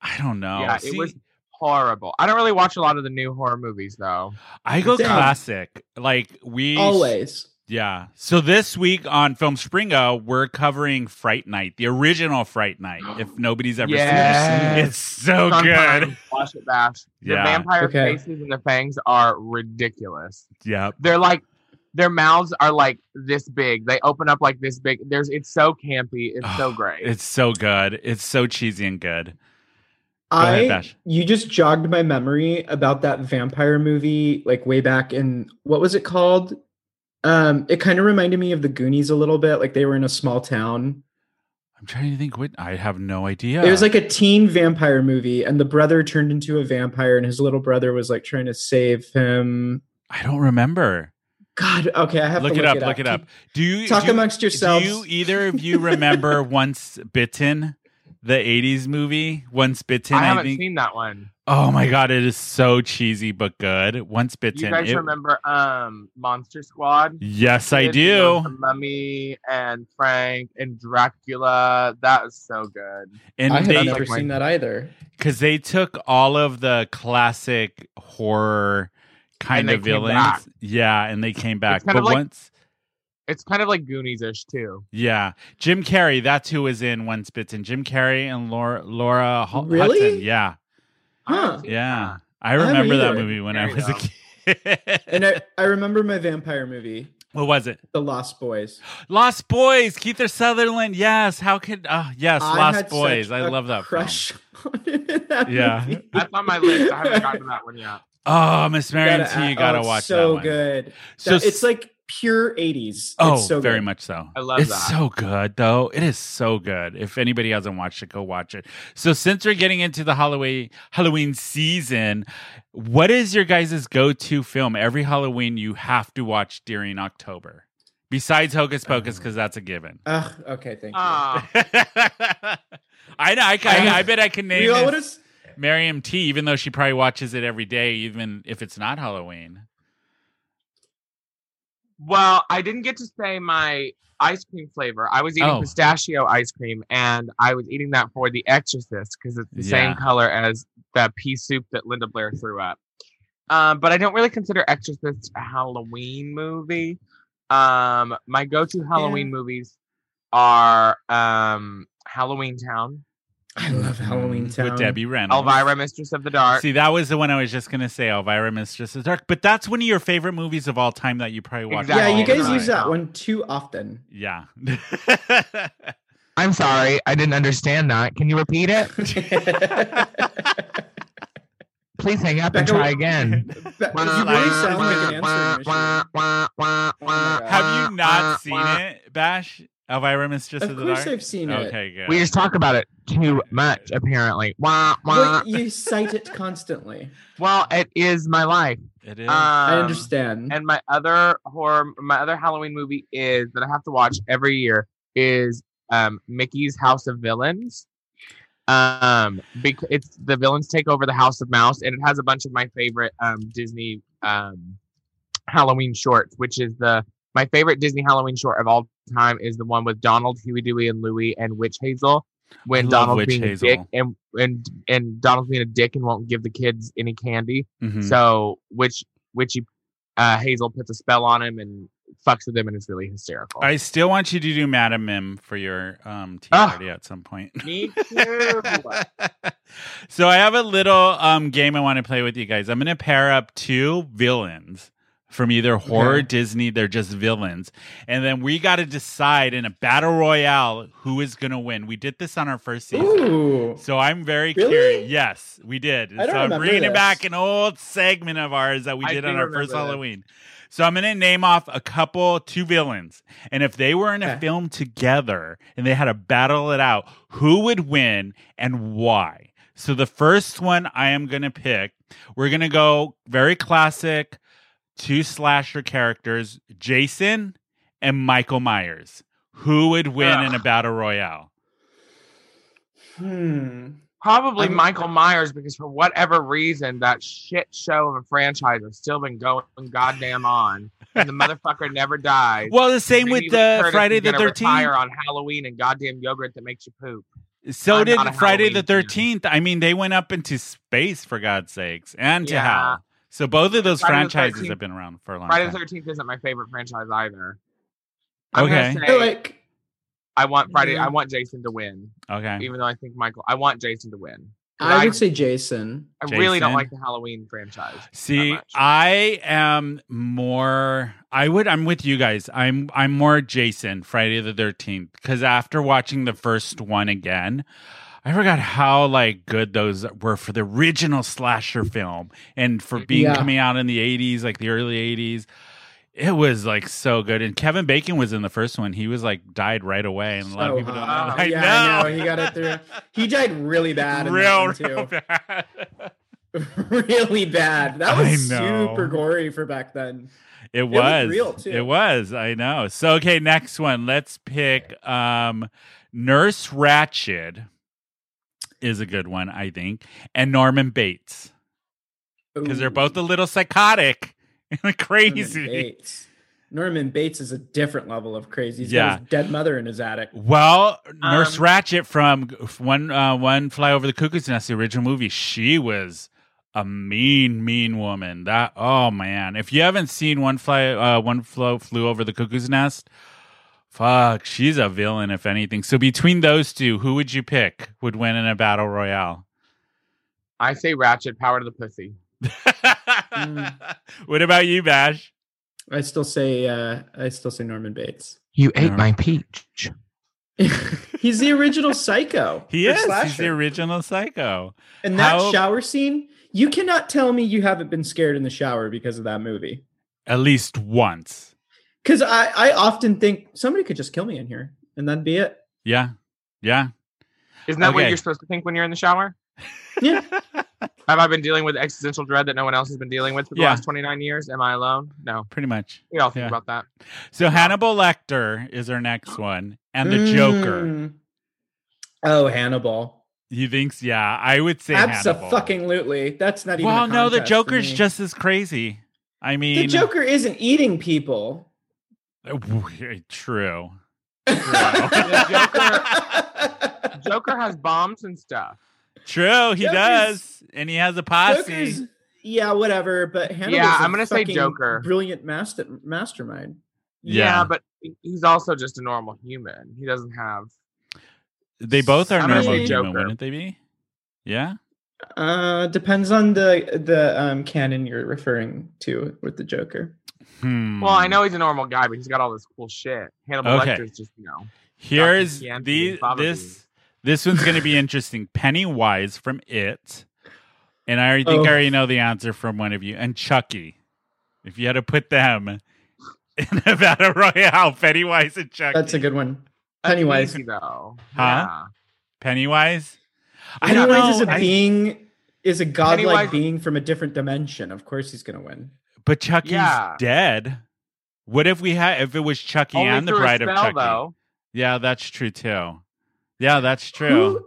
[SPEAKER 1] I don't know.
[SPEAKER 3] Yeah, it
[SPEAKER 1] Oh, See,
[SPEAKER 3] was- Horrible. I don't really watch a lot of the new horror movies though.
[SPEAKER 1] I go
[SPEAKER 3] um,
[SPEAKER 2] Damn.
[SPEAKER 1] classic. Like we
[SPEAKER 2] Always.
[SPEAKER 1] Yeah. So this week on Film Springa, we're covering Fright Night, the original Fright Night. If nobody's ever seen it,
[SPEAKER 3] Yes.
[SPEAKER 1] it's so
[SPEAKER 3] Sometimes
[SPEAKER 1] Oh, good.
[SPEAKER 3] Wash it bash. The
[SPEAKER 1] Yeah.
[SPEAKER 3] vampire
[SPEAKER 2] Okay.
[SPEAKER 3] faces and the fangs are ridiculous.
[SPEAKER 1] Yep.
[SPEAKER 3] They're like their mouths are like this big. They open up like this big. There's it's so campy. It's so great.
[SPEAKER 1] It's so good. It's so cheesy and good. Go
[SPEAKER 2] I
[SPEAKER 1] ahead, Bash.
[SPEAKER 2] you just jogged my memory about that vampire movie, like way back in what was it called? Um, it kind of reminded me of the Goonies a little bit, like they were in a small town.
[SPEAKER 1] I'm trying to think what I have no idea.
[SPEAKER 2] It was like a teen vampire movie, and the brother turned into a vampire, and his little brother was like trying to save him.
[SPEAKER 1] I don't remember.
[SPEAKER 2] God, okay, I have
[SPEAKER 1] Look
[SPEAKER 2] to
[SPEAKER 1] it up, look it up.
[SPEAKER 2] Keep-
[SPEAKER 1] Do you
[SPEAKER 2] Talk
[SPEAKER 1] do you-
[SPEAKER 2] amongst
[SPEAKER 1] do
[SPEAKER 2] yourselves.
[SPEAKER 1] you either of you remember Once Bitten, the 80s movie? Once Bitten,
[SPEAKER 3] I
[SPEAKER 1] I,
[SPEAKER 3] haven't
[SPEAKER 1] think.
[SPEAKER 3] seen that one.
[SPEAKER 1] oh my god, it is so cheesy but good. Once Bitten.
[SPEAKER 3] You guys
[SPEAKER 1] it-
[SPEAKER 3] remember um Monster Squad?
[SPEAKER 1] Yes, I
[SPEAKER 3] It was
[SPEAKER 1] do.
[SPEAKER 3] the Mummy and Frank and Dracula. That is so good.
[SPEAKER 1] And
[SPEAKER 2] I have
[SPEAKER 1] they,
[SPEAKER 2] never
[SPEAKER 3] like my-
[SPEAKER 2] seen that either.
[SPEAKER 1] because they took all of the classic horror kind
[SPEAKER 3] And they
[SPEAKER 1] of
[SPEAKER 3] came
[SPEAKER 1] villains,
[SPEAKER 3] back.
[SPEAKER 1] yeah, and they came back.
[SPEAKER 3] It's kind
[SPEAKER 1] But
[SPEAKER 3] of like-
[SPEAKER 1] once,
[SPEAKER 3] It's kind of like Goonies ish too.
[SPEAKER 1] yeah, Jim Carrey, that's who was in Once Bitten. Jim Carrey and Laura Laura Hu-
[SPEAKER 2] Really?
[SPEAKER 1] Hudson. Yeah,
[SPEAKER 3] I haven't
[SPEAKER 2] Huh.
[SPEAKER 3] seen
[SPEAKER 1] yeah.
[SPEAKER 3] that.
[SPEAKER 1] I
[SPEAKER 2] haven't
[SPEAKER 1] remember that
[SPEAKER 2] either.
[SPEAKER 1] movie when I
[SPEAKER 3] There you
[SPEAKER 1] was a
[SPEAKER 3] go.
[SPEAKER 1] kid.
[SPEAKER 2] And I, I remember my vampire movie,
[SPEAKER 1] what was it?
[SPEAKER 2] The Lost Boys.
[SPEAKER 1] Lost Boys, Keith Sutherland. Yes, how could? Oh, yes,
[SPEAKER 2] I had
[SPEAKER 1] Lost
[SPEAKER 2] such
[SPEAKER 1] Boys. I
[SPEAKER 2] a
[SPEAKER 1] love that. film.
[SPEAKER 2] crush. On it in that
[SPEAKER 1] Yeah.
[SPEAKER 2] movie.
[SPEAKER 3] That's on my list. I haven't gotten to that one yet.
[SPEAKER 1] Oh, Miss Marion
[SPEAKER 2] Gotta-
[SPEAKER 1] T, you gotta
[SPEAKER 2] oh, it's
[SPEAKER 1] watch
[SPEAKER 2] so
[SPEAKER 1] that one.
[SPEAKER 2] good.
[SPEAKER 1] So
[SPEAKER 2] That- it's like pure 80s.
[SPEAKER 1] Oh,
[SPEAKER 2] it's so
[SPEAKER 1] very
[SPEAKER 2] good.
[SPEAKER 1] much so.
[SPEAKER 3] I love
[SPEAKER 1] it's
[SPEAKER 3] that.
[SPEAKER 1] so good, though. It is so good. If anybody hasn't watched it, go watch it. So, since we're getting into the Halloween Halloween season, what is your guys' go-to film every Halloween you have to watch during October? Besides Hocus Pocus,
[SPEAKER 2] Uh.
[SPEAKER 1] because that's a given.
[SPEAKER 2] Ugh, okay, thank you.
[SPEAKER 3] Ah,
[SPEAKER 1] I know. I, can, I bet I can name
[SPEAKER 2] we all would
[SPEAKER 1] this
[SPEAKER 2] have.
[SPEAKER 1] Miriam T, even though she probably watches it every day, even if it's not Halloween.
[SPEAKER 3] well, I didn't get to say my ice cream flavor. I was eating
[SPEAKER 1] Oh.
[SPEAKER 3] pistachio ice cream, and I was eating that for The Exorcist because it's the
[SPEAKER 1] Yeah.
[SPEAKER 3] same color as that pea soup that Linda Blair threw up. Um, but I don't really consider Exorcist a Halloween movie. Um, my go-to Halloween movies are um, Halloween Town,
[SPEAKER 2] I love Halloween Town.
[SPEAKER 1] with Debbie Reynolds.
[SPEAKER 3] Elvira, Mistress of the Dark.
[SPEAKER 1] See, that was the one I was just gonna say, Elvira, Mistress of Dark. But that's one of your favorite movies of all time that you probably watch.
[SPEAKER 2] Yeah,
[SPEAKER 3] Exactly.
[SPEAKER 2] you
[SPEAKER 1] all the
[SPEAKER 2] guys
[SPEAKER 1] time.
[SPEAKER 2] use that one too often.
[SPEAKER 1] Yeah.
[SPEAKER 3] I'm sorry, I didn't understand that. Can you repeat it?
[SPEAKER 2] Becca,
[SPEAKER 3] Please hang up
[SPEAKER 2] and Becca, try
[SPEAKER 3] again.
[SPEAKER 2] you really sound like an answering machine. God.
[SPEAKER 1] Have
[SPEAKER 3] Uh,
[SPEAKER 1] you not seen it, Bash? Elvira, Mistress of,
[SPEAKER 2] Of
[SPEAKER 1] the
[SPEAKER 2] course,
[SPEAKER 1] Dark.
[SPEAKER 2] I've seen it.
[SPEAKER 1] okay, good.
[SPEAKER 3] We just talk about it too much, apparently. Wah, wah.
[SPEAKER 2] Well, you cite it constantly.
[SPEAKER 3] Well, it is my life.
[SPEAKER 1] It is.
[SPEAKER 3] Um,
[SPEAKER 2] I understand.
[SPEAKER 3] And my other horror, my other Halloween movie is that I have to watch every year is um, Mickey's House of Villains. Um, because it's the villains take over the House of Mouse, and it has a bunch of my favorite um, Disney um, Halloween shorts, which is the my favorite Disney Halloween short of all time is the one with Donald, Huey, Dewey, and Louie, and Witch Hazel. When
[SPEAKER 1] love
[SPEAKER 3] Donald's
[SPEAKER 1] Witch
[SPEAKER 3] being
[SPEAKER 1] Hazel.
[SPEAKER 3] a dick and and and Donald's being a dick and won't give the kids any candy,
[SPEAKER 1] Mhm.
[SPEAKER 3] so which which he, uh, Hazel puts a spell on him and fucks with them and is really hysterical.
[SPEAKER 1] I still want you to do Madam Mim for your um, tea
[SPEAKER 3] Ah.
[SPEAKER 1] party at some point.
[SPEAKER 3] Me too.
[SPEAKER 1] so I have a little um, game I want to play with you guys. I'm going to pair up two villains from either horror
[SPEAKER 2] Okay.
[SPEAKER 1] Disney. They're just villains, and then we got to decide in a battle royale who is going to win. We did this on our first season.
[SPEAKER 2] Ooh.
[SPEAKER 1] So I'm very
[SPEAKER 2] Really?
[SPEAKER 1] curious. Yes, we did.
[SPEAKER 2] I don't
[SPEAKER 1] so I'm
[SPEAKER 2] remember
[SPEAKER 1] bringing
[SPEAKER 2] this.
[SPEAKER 1] back an old segment of ours that we
[SPEAKER 3] I
[SPEAKER 1] did
[SPEAKER 3] do
[SPEAKER 1] on our
[SPEAKER 3] remember
[SPEAKER 1] first
[SPEAKER 3] this.
[SPEAKER 1] Halloween. So I'm going to name off a couple, two villains. And if they were in a
[SPEAKER 2] Okay.
[SPEAKER 1] film together and they had to battle it out, who would win and why? So the first one I am going to pick, we're going to go very classic two slasher characters, Jason and Michael Myers. Who would win in a battle royale?
[SPEAKER 2] Hmm.
[SPEAKER 3] Probably
[SPEAKER 2] I'm-
[SPEAKER 3] Michael Myers because for whatever reason that shit show of a franchise has still been going goddamn on, and the motherfucker never dies.
[SPEAKER 1] Well, the same
[SPEAKER 3] Jamie
[SPEAKER 1] with
[SPEAKER 3] Lee
[SPEAKER 1] the
[SPEAKER 3] Curtis
[SPEAKER 1] Friday
[SPEAKER 3] is
[SPEAKER 1] the
[SPEAKER 3] gonna retire
[SPEAKER 1] Thirteenth. Oh
[SPEAKER 3] on Halloween and goddamn yogurt that makes you poop.
[SPEAKER 1] So
[SPEAKER 3] I'm
[SPEAKER 1] did
[SPEAKER 3] not a
[SPEAKER 1] Friday the
[SPEAKER 3] Halloween fan.
[SPEAKER 1] Thirteenth. I mean, they went up into space for God's sakes, and to
[SPEAKER 3] Yeah.
[SPEAKER 1] hell. So both of those
[SPEAKER 3] Friday the
[SPEAKER 1] franchises
[SPEAKER 3] 13th
[SPEAKER 1] have been around for a long
[SPEAKER 3] Friday the
[SPEAKER 1] time.
[SPEAKER 3] Thirteenth isn't my favorite franchise either. I'm
[SPEAKER 1] Okay.
[SPEAKER 2] I
[SPEAKER 3] gonna say
[SPEAKER 2] feel like
[SPEAKER 3] I want Friday.
[SPEAKER 2] Yeah.
[SPEAKER 3] I want Jason to win,
[SPEAKER 1] Okay,
[SPEAKER 3] even though I think Michael. I want Jason to win.
[SPEAKER 2] I
[SPEAKER 3] I-
[SPEAKER 2] would say Jason.
[SPEAKER 3] I really don't
[SPEAKER 1] Jason.
[SPEAKER 3] like the Halloween franchise. that
[SPEAKER 1] see,
[SPEAKER 3] much.
[SPEAKER 1] I am more. I would. I'm with you guys. I'm. I'm more Jason Friday the Thirteenth because after watching the first one again. I forgot how like good those were for the original slasher film and for being
[SPEAKER 2] Yeah.
[SPEAKER 1] coming out in the 80s like the early 80s it was like so good and Kevin Bacon was in the first one he was like died right away and a lot of
[SPEAKER 2] So
[SPEAKER 1] people don't know
[SPEAKER 3] hot.
[SPEAKER 1] I
[SPEAKER 2] Oh, Yeah,
[SPEAKER 1] know,
[SPEAKER 2] I know. He got it through. He died really bad. In
[SPEAKER 1] real
[SPEAKER 2] that
[SPEAKER 1] real
[SPEAKER 2] one
[SPEAKER 1] bad
[SPEAKER 2] too. really bad. That
[SPEAKER 1] I
[SPEAKER 2] was
[SPEAKER 1] know.
[SPEAKER 2] super gory for back then.
[SPEAKER 1] it
[SPEAKER 2] was
[SPEAKER 1] was
[SPEAKER 2] real, too.
[SPEAKER 1] it was I know so okay next one let's pick um Nurse Ratched is a good one I think and Norman Bates because they're
[SPEAKER 2] Ooh.
[SPEAKER 1] both a little psychotic and
[SPEAKER 2] Norman
[SPEAKER 1] crazy.
[SPEAKER 2] Bates. Norman Bates is a different level of crazy. He's
[SPEAKER 1] Yeah.
[SPEAKER 2] got his dead mother in his attic.
[SPEAKER 1] Well, Nurse
[SPEAKER 3] Um,
[SPEAKER 1] Ratchet from one uh, one Fly Over the Cuckoo's Nest, the original movie, she was a mean, mean woman. That oh man, if you haven't seen One Fly uh, One Flow Flew Over the Cuckoo's Nest, fuck, she's a villain if anything. So between those two, who would you pick would win in a battle royale?
[SPEAKER 3] I say Ratchet, power to the pussy.
[SPEAKER 1] What about you, Bash?
[SPEAKER 2] I still say uh I still say Norman Bates.
[SPEAKER 3] You
[SPEAKER 1] ate my
[SPEAKER 3] peach.
[SPEAKER 2] He's the original psycho.
[SPEAKER 1] He
[SPEAKER 2] for
[SPEAKER 1] is. He's the
[SPEAKER 2] slasher.
[SPEAKER 1] original psycho.
[SPEAKER 2] and that
[SPEAKER 1] how-
[SPEAKER 2] shower scene, you cannot tell me you haven't been scared in the shower because of that movie.
[SPEAKER 1] At least once.
[SPEAKER 2] Because I, I often think somebody could just kill me in here and that'd be it.
[SPEAKER 1] Yeah. Yeah.
[SPEAKER 3] Isn't that what
[SPEAKER 1] Okay.
[SPEAKER 3] you're supposed to think when you're in the shower?
[SPEAKER 2] Yeah.
[SPEAKER 3] Have I been dealing with existential dread that no one else has been dealing with for the
[SPEAKER 1] Yeah.
[SPEAKER 3] last 29 years? Am I alone? No.
[SPEAKER 1] Pretty much.
[SPEAKER 3] We all think
[SPEAKER 1] Yeah.
[SPEAKER 3] about that.
[SPEAKER 1] So Hannibal Lecter is our next one. And the Joker.
[SPEAKER 2] Mm. Oh, Hannibal.
[SPEAKER 1] He thinks, yeah, I would say Hannibal.
[SPEAKER 2] Absolutely. That's not even a
[SPEAKER 1] Well, no, the
[SPEAKER 2] contest for
[SPEAKER 1] Joker's
[SPEAKER 2] me.
[SPEAKER 1] just as crazy. I
[SPEAKER 2] the
[SPEAKER 1] mean
[SPEAKER 2] Joker isn't eating people.
[SPEAKER 1] true.
[SPEAKER 2] Joker.
[SPEAKER 3] Joker has bombs and stuff.
[SPEAKER 1] True, he
[SPEAKER 2] Joker's-
[SPEAKER 1] does. And he has a posse.
[SPEAKER 2] Joker's, yeah, whatever. But Hannibal's
[SPEAKER 3] Yeah,
[SPEAKER 2] a
[SPEAKER 3] I'm gonna say
[SPEAKER 2] fucking
[SPEAKER 3] Joker.
[SPEAKER 2] Brilliant master, mastermind.
[SPEAKER 1] Yeah.
[SPEAKER 3] but he- he's also just a normal human. He doesn't have.
[SPEAKER 1] They both are
[SPEAKER 2] I'm gonna
[SPEAKER 1] normal
[SPEAKER 2] say
[SPEAKER 1] human,
[SPEAKER 3] Joker.
[SPEAKER 1] wouldn't they be? Yeah?
[SPEAKER 2] Uh, depends on the the um canon you're referring to with the Joker.
[SPEAKER 1] Hmm.
[SPEAKER 3] Well, I know he's a normal guy, but he's got all this cool shit. Hannibal
[SPEAKER 1] Okay.
[SPEAKER 3] Lecter's just, you know.
[SPEAKER 1] Here's
[SPEAKER 3] Dr. Chianti
[SPEAKER 1] the
[SPEAKER 3] and Baba
[SPEAKER 1] this
[SPEAKER 3] Beans.
[SPEAKER 1] this one's going to be interesting. Pennywise from It, and I already think
[SPEAKER 2] Oh.
[SPEAKER 1] I already know the answer from one of you. And Chucky, if you had to put them in a battle royale, Pennywise and Chucky.
[SPEAKER 2] That's a good one.
[SPEAKER 3] that's
[SPEAKER 2] Pennywise.
[SPEAKER 3] easy, though.
[SPEAKER 1] Huh? Pennywise. I don't
[SPEAKER 2] Pennywise is
[SPEAKER 1] know,
[SPEAKER 2] a
[SPEAKER 1] I-
[SPEAKER 2] being is a godlike
[SPEAKER 3] Pennywise-
[SPEAKER 2] being from a different dimension. Of course, he's gonna win.
[SPEAKER 1] but Chucky's
[SPEAKER 3] Yeah.
[SPEAKER 1] dead. What if we had if it was Chucky
[SPEAKER 3] Yeah. Only
[SPEAKER 1] and the
[SPEAKER 3] through a
[SPEAKER 1] Bride of
[SPEAKER 3] spell,
[SPEAKER 1] Chucky?
[SPEAKER 3] Though.
[SPEAKER 1] Yeah, that's true too. Yeah, that's true.
[SPEAKER 2] Who,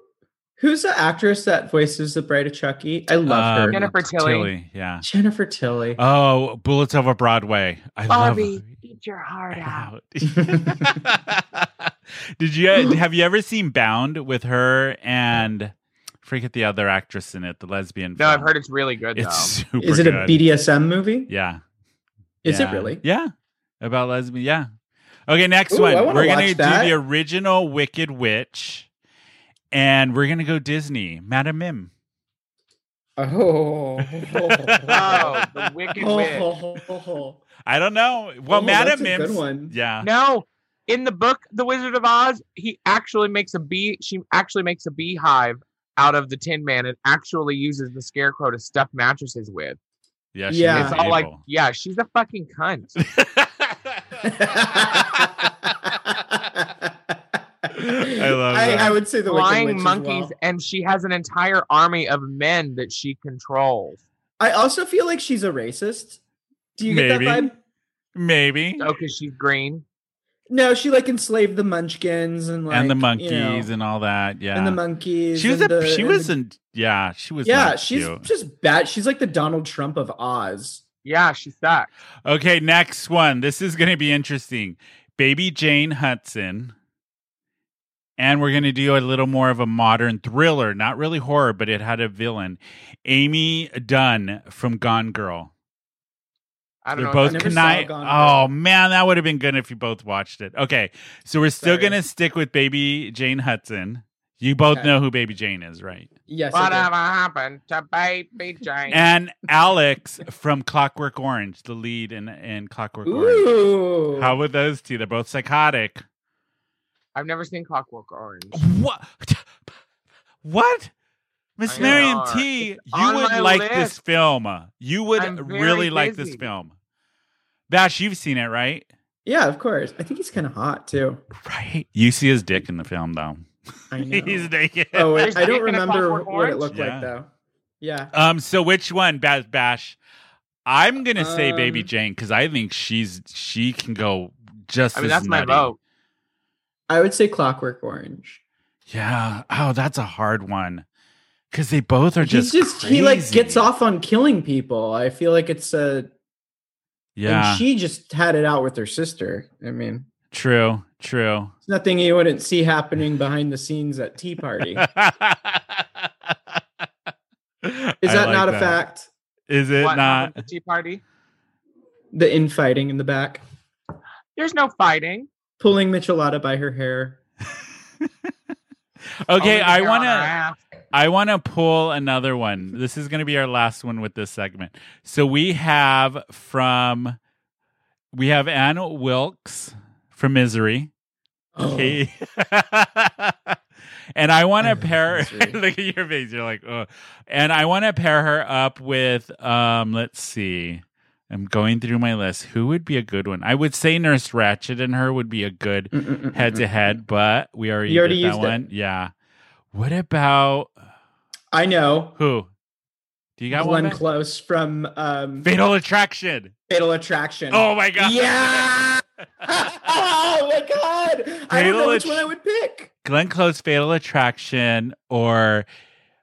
[SPEAKER 2] who's the actress that voices the Bride of Chucky? I love her.
[SPEAKER 1] Um,
[SPEAKER 3] Uh, Jennifer Tilly.
[SPEAKER 1] yeah.
[SPEAKER 2] Jennifer Tilly.
[SPEAKER 1] Oh, Bullets Over Broadway. I love.
[SPEAKER 3] Barbie, eat your heart out.
[SPEAKER 1] out. Did you uh, have you ever seen Bound with her and I forget the other actress in it, the lesbian?
[SPEAKER 3] No,
[SPEAKER 1] film.
[SPEAKER 3] I've heard it's really good,
[SPEAKER 1] it's
[SPEAKER 3] though.
[SPEAKER 1] super.
[SPEAKER 2] is it a
[SPEAKER 1] good.
[SPEAKER 2] BDSM movie?
[SPEAKER 1] Yeah.
[SPEAKER 2] Is
[SPEAKER 1] Yeah.
[SPEAKER 2] it really?
[SPEAKER 1] Yeah. about lesbian. Yeah. Okay, next
[SPEAKER 2] Ooh,
[SPEAKER 1] one.
[SPEAKER 2] I wanna
[SPEAKER 1] We're gonna
[SPEAKER 2] watch
[SPEAKER 1] do
[SPEAKER 2] that.
[SPEAKER 1] the original Wicked Witch, and we're gonna go Disney. Madam Mim.
[SPEAKER 2] Oh.
[SPEAKER 3] Oh, the Wicked Witch.
[SPEAKER 1] I don't know. Well,
[SPEAKER 2] Oh,
[SPEAKER 1] Madam
[SPEAKER 2] that's a
[SPEAKER 1] Mim.
[SPEAKER 2] good one.
[SPEAKER 1] Yeah.
[SPEAKER 3] No, in the book, The Wizard of Oz, he actually makes a bee. She actually makes a beehive out of the Tin Man and actually uses the Scarecrow to stuff mattresses with.
[SPEAKER 1] Yeah. She
[SPEAKER 2] Yeah.
[SPEAKER 1] was
[SPEAKER 3] It's all like,
[SPEAKER 1] evil.
[SPEAKER 3] yeah, she's a fucking cunt.
[SPEAKER 1] I love
[SPEAKER 2] I,
[SPEAKER 1] that.
[SPEAKER 2] I would say the
[SPEAKER 3] Flying
[SPEAKER 2] Wicked Witch as
[SPEAKER 3] monkeys,
[SPEAKER 2] well.
[SPEAKER 3] and she has an entire army of men that she controls.
[SPEAKER 2] I also feel like she's a racist. Do you get
[SPEAKER 1] Maybe.
[SPEAKER 2] that vibe?
[SPEAKER 1] Maybe.
[SPEAKER 3] Oh, because she's green.
[SPEAKER 2] No, she like enslaved the Munchkins and like
[SPEAKER 1] and the
[SPEAKER 2] you know,
[SPEAKER 1] monkeys and all that. Yeah.
[SPEAKER 2] and the monkeys.
[SPEAKER 1] she was a
[SPEAKER 2] and the-
[SPEAKER 1] she
[SPEAKER 2] and
[SPEAKER 1] was
[SPEAKER 2] the-
[SPEAKER 1] not yeah, she was
[SPEAKER 2] yeah.
[SPEAKER 1] not
[SPEAKER 2] She's
[SPEAKER 1] cute.
[SPEAKER 2] just bad. She's like the Donald Trump of Oz.
[SPEAKER 3] Yeah, she sucks.
[SPEAKER 1] Okay, next one. This is going to be interesting. Baby Jane Hudson. And we're going to do a little more of a modern thriller, not really horror, but it had a villain. Amy Dunn from Gone Girl.
[SPEAKER 3] I don't
[SPEAKER 1] They're
[SPEAKER 3] know.
[SPEAKER 1] both
[SPEAKER 2] never saw
[SPEAKER 1] conniving.
[SPEAKER 2] Gone
[SPEAKER 1] Oh
[SPEAKER 2] Girl.
[SPEAKER 1] man, that would have been good if you both watched it. Okay, so we're still
[SPEAKER 2] Sorry.
[SPEAKER 1] going to stick with Baby Jane Hudson. You both
[SPEAKER 2] Okay.
[SPEAKER 1] know who Baby Jane is, right?
[SPEAKER 2] Yes. I do.
[SPEAKER 3] Whatever happened to Baby Jane?
[SPEAKER 1] And Alex from Clockwork Orange, the lead in, in Clockwork Orange.
[SPEAKER 2] Ooh.
[SPEAKER 1] How would those two? They're both psychotic.
[SPEAKER 3] I've never seen Clockwork Orange.
[SPEAKER 1] What? What? Miss
[SPEAKER 3] I
[SPEAKER 1] Marion
[SPEAKER 3] know.
[SPEAKER 1] T,
[SPEAKER 3] It's
[SPEAKER 1] you
[SPEAKER 3] on
[SPEAKER 1] would
[SPEAKER 3] my
[SPEAKER 1] like this
[SPEAKER 3] list.
[SPEAKER 1] film. You would
[SPEAKER 3] I'm very
[SPEAKER 1] really like this
[SPEAKER 3] busy.
[SPEAKER 1] film. Bash, you've seen it, right?
[SPEAKER 2] yeah, of course. I think he's kind of hot too.
[SPEAKER 1] Right. You see his dick in the film, though.
[SPEAKER 2] I know.
[SPEAKER 1] He's naked.
[SPEAKER 2] oh, wait,
[SPEAKER 3] There's
[SPEAKER 2] I don't
[SPEAKER 3] dick in a
[SPEAKER 2] remember
[SPEAKER 3] Clockwork
[SPEAKER 2] what it
[SPEAKER 3] Orange?
[SPEAKER 2] looked
[SPEAKER 1] Yeah.
[SPEAKER 2] like though. Yeah.
[SPEAKER 1] Um. So which one, Bash? Bash? I'm gonna say Baby
[SPEAKER 2] Um,
[SPEAKER 1] Jane because I think she's she can go just
[SPEAKER 3] I mean,
[SPEAKER 1] as
[SPEAKER 3] that's my
[SPEAKER 1] nutty.
[SPEAKER 3] vote.
[SPEAKER 2] I would say Clockwork Orange.
[SPEAKER 1] Yeah. Oh, that's a hard one because they both are just.
[SPEAKER 2] He's just he like
[SPEAKER 1] crazy.
[SPEAKER 2] gets off on killing people. I feel like it's a
[SPEAKER 1] Yeah.
[SPEAKER 2] and she just had it out with her sister. I mean,
[SPEAKER 1] true. True.
[SPEAKER 2] it's nothing you wouldn't see happening behind the scenes at Tea Party. Is that not a fact?
[SPEAKER 1] Is it
[SPEAKER 3] What
[SPEAKER 1] not?
[SPEAKER 3] happened to Tea Party?
[SPEAKER 2] The infighting in the back,
[SPEAKER 3] There's no fighting.
[SPEAKER 2] pulling Michelada by her hair.
[SPEAKER 1] Okay,
[SPEAKER 2] Oh,
[SPEAKER 3] Only the
[SPEAKER 1] I
[SPEAKER 3] hair on
[SPEAKER 1] want
[SPEAKER 3] our
[SPEAKER 1] to
[SPEAKER 3] ass.
[SPEAKER 1] I want to pull another one. This is going to be our last one with this segment. So we have from we have Anne Wilkes from Misery.
[SPEAKER 2] Oh,
[SPEAKER 1] Kate- and I want
[SPEAKER 2] I
[SPEAKER 1] to
[SPEAKER 2] love
[SPEAKER 1] pair
[SPEAKER 2] Misery.
[SPEAKER 1] look at your face. You're like, oh. And I want to pair her up with um. Let's see. I'm going through my list. Who would be a good one? I would say Nurse Ratchet and her would be a good
[SPEAKER 2] mm, mm, mm,
[SPEAKER 1] head to
[SPEAKER 2] mm.
[SPEAKER 1] head, but we already,
[SPEAKER 2] You already
[SPEAKER 1] did that
[SPEAKER 2] used it.
[SPEAKER 1] one. Yeah. What about
[SPEAKER 2] I know.
[SPEAKER 1] who? Do you got one?
[SPEAKER 2] Glenn
[SPEAKER 1] back?
[SPEAKER 2] Close from um,
[SPEAKER 1] Fatal Attraction.
[SPEAKER 2] Fatal Attraction.
[SPEAKER 1] Oh my god.
[SPEAKER 2] Yeah. oh my god! I don't
[SPEAKER 1] Fatal
[SPEAKER 2] know which
[SPEAKER 1] Att-
[SPEAKER 2] one I would pick.
[SPEAKER 1] Glenn Close, Fatal Attraction, or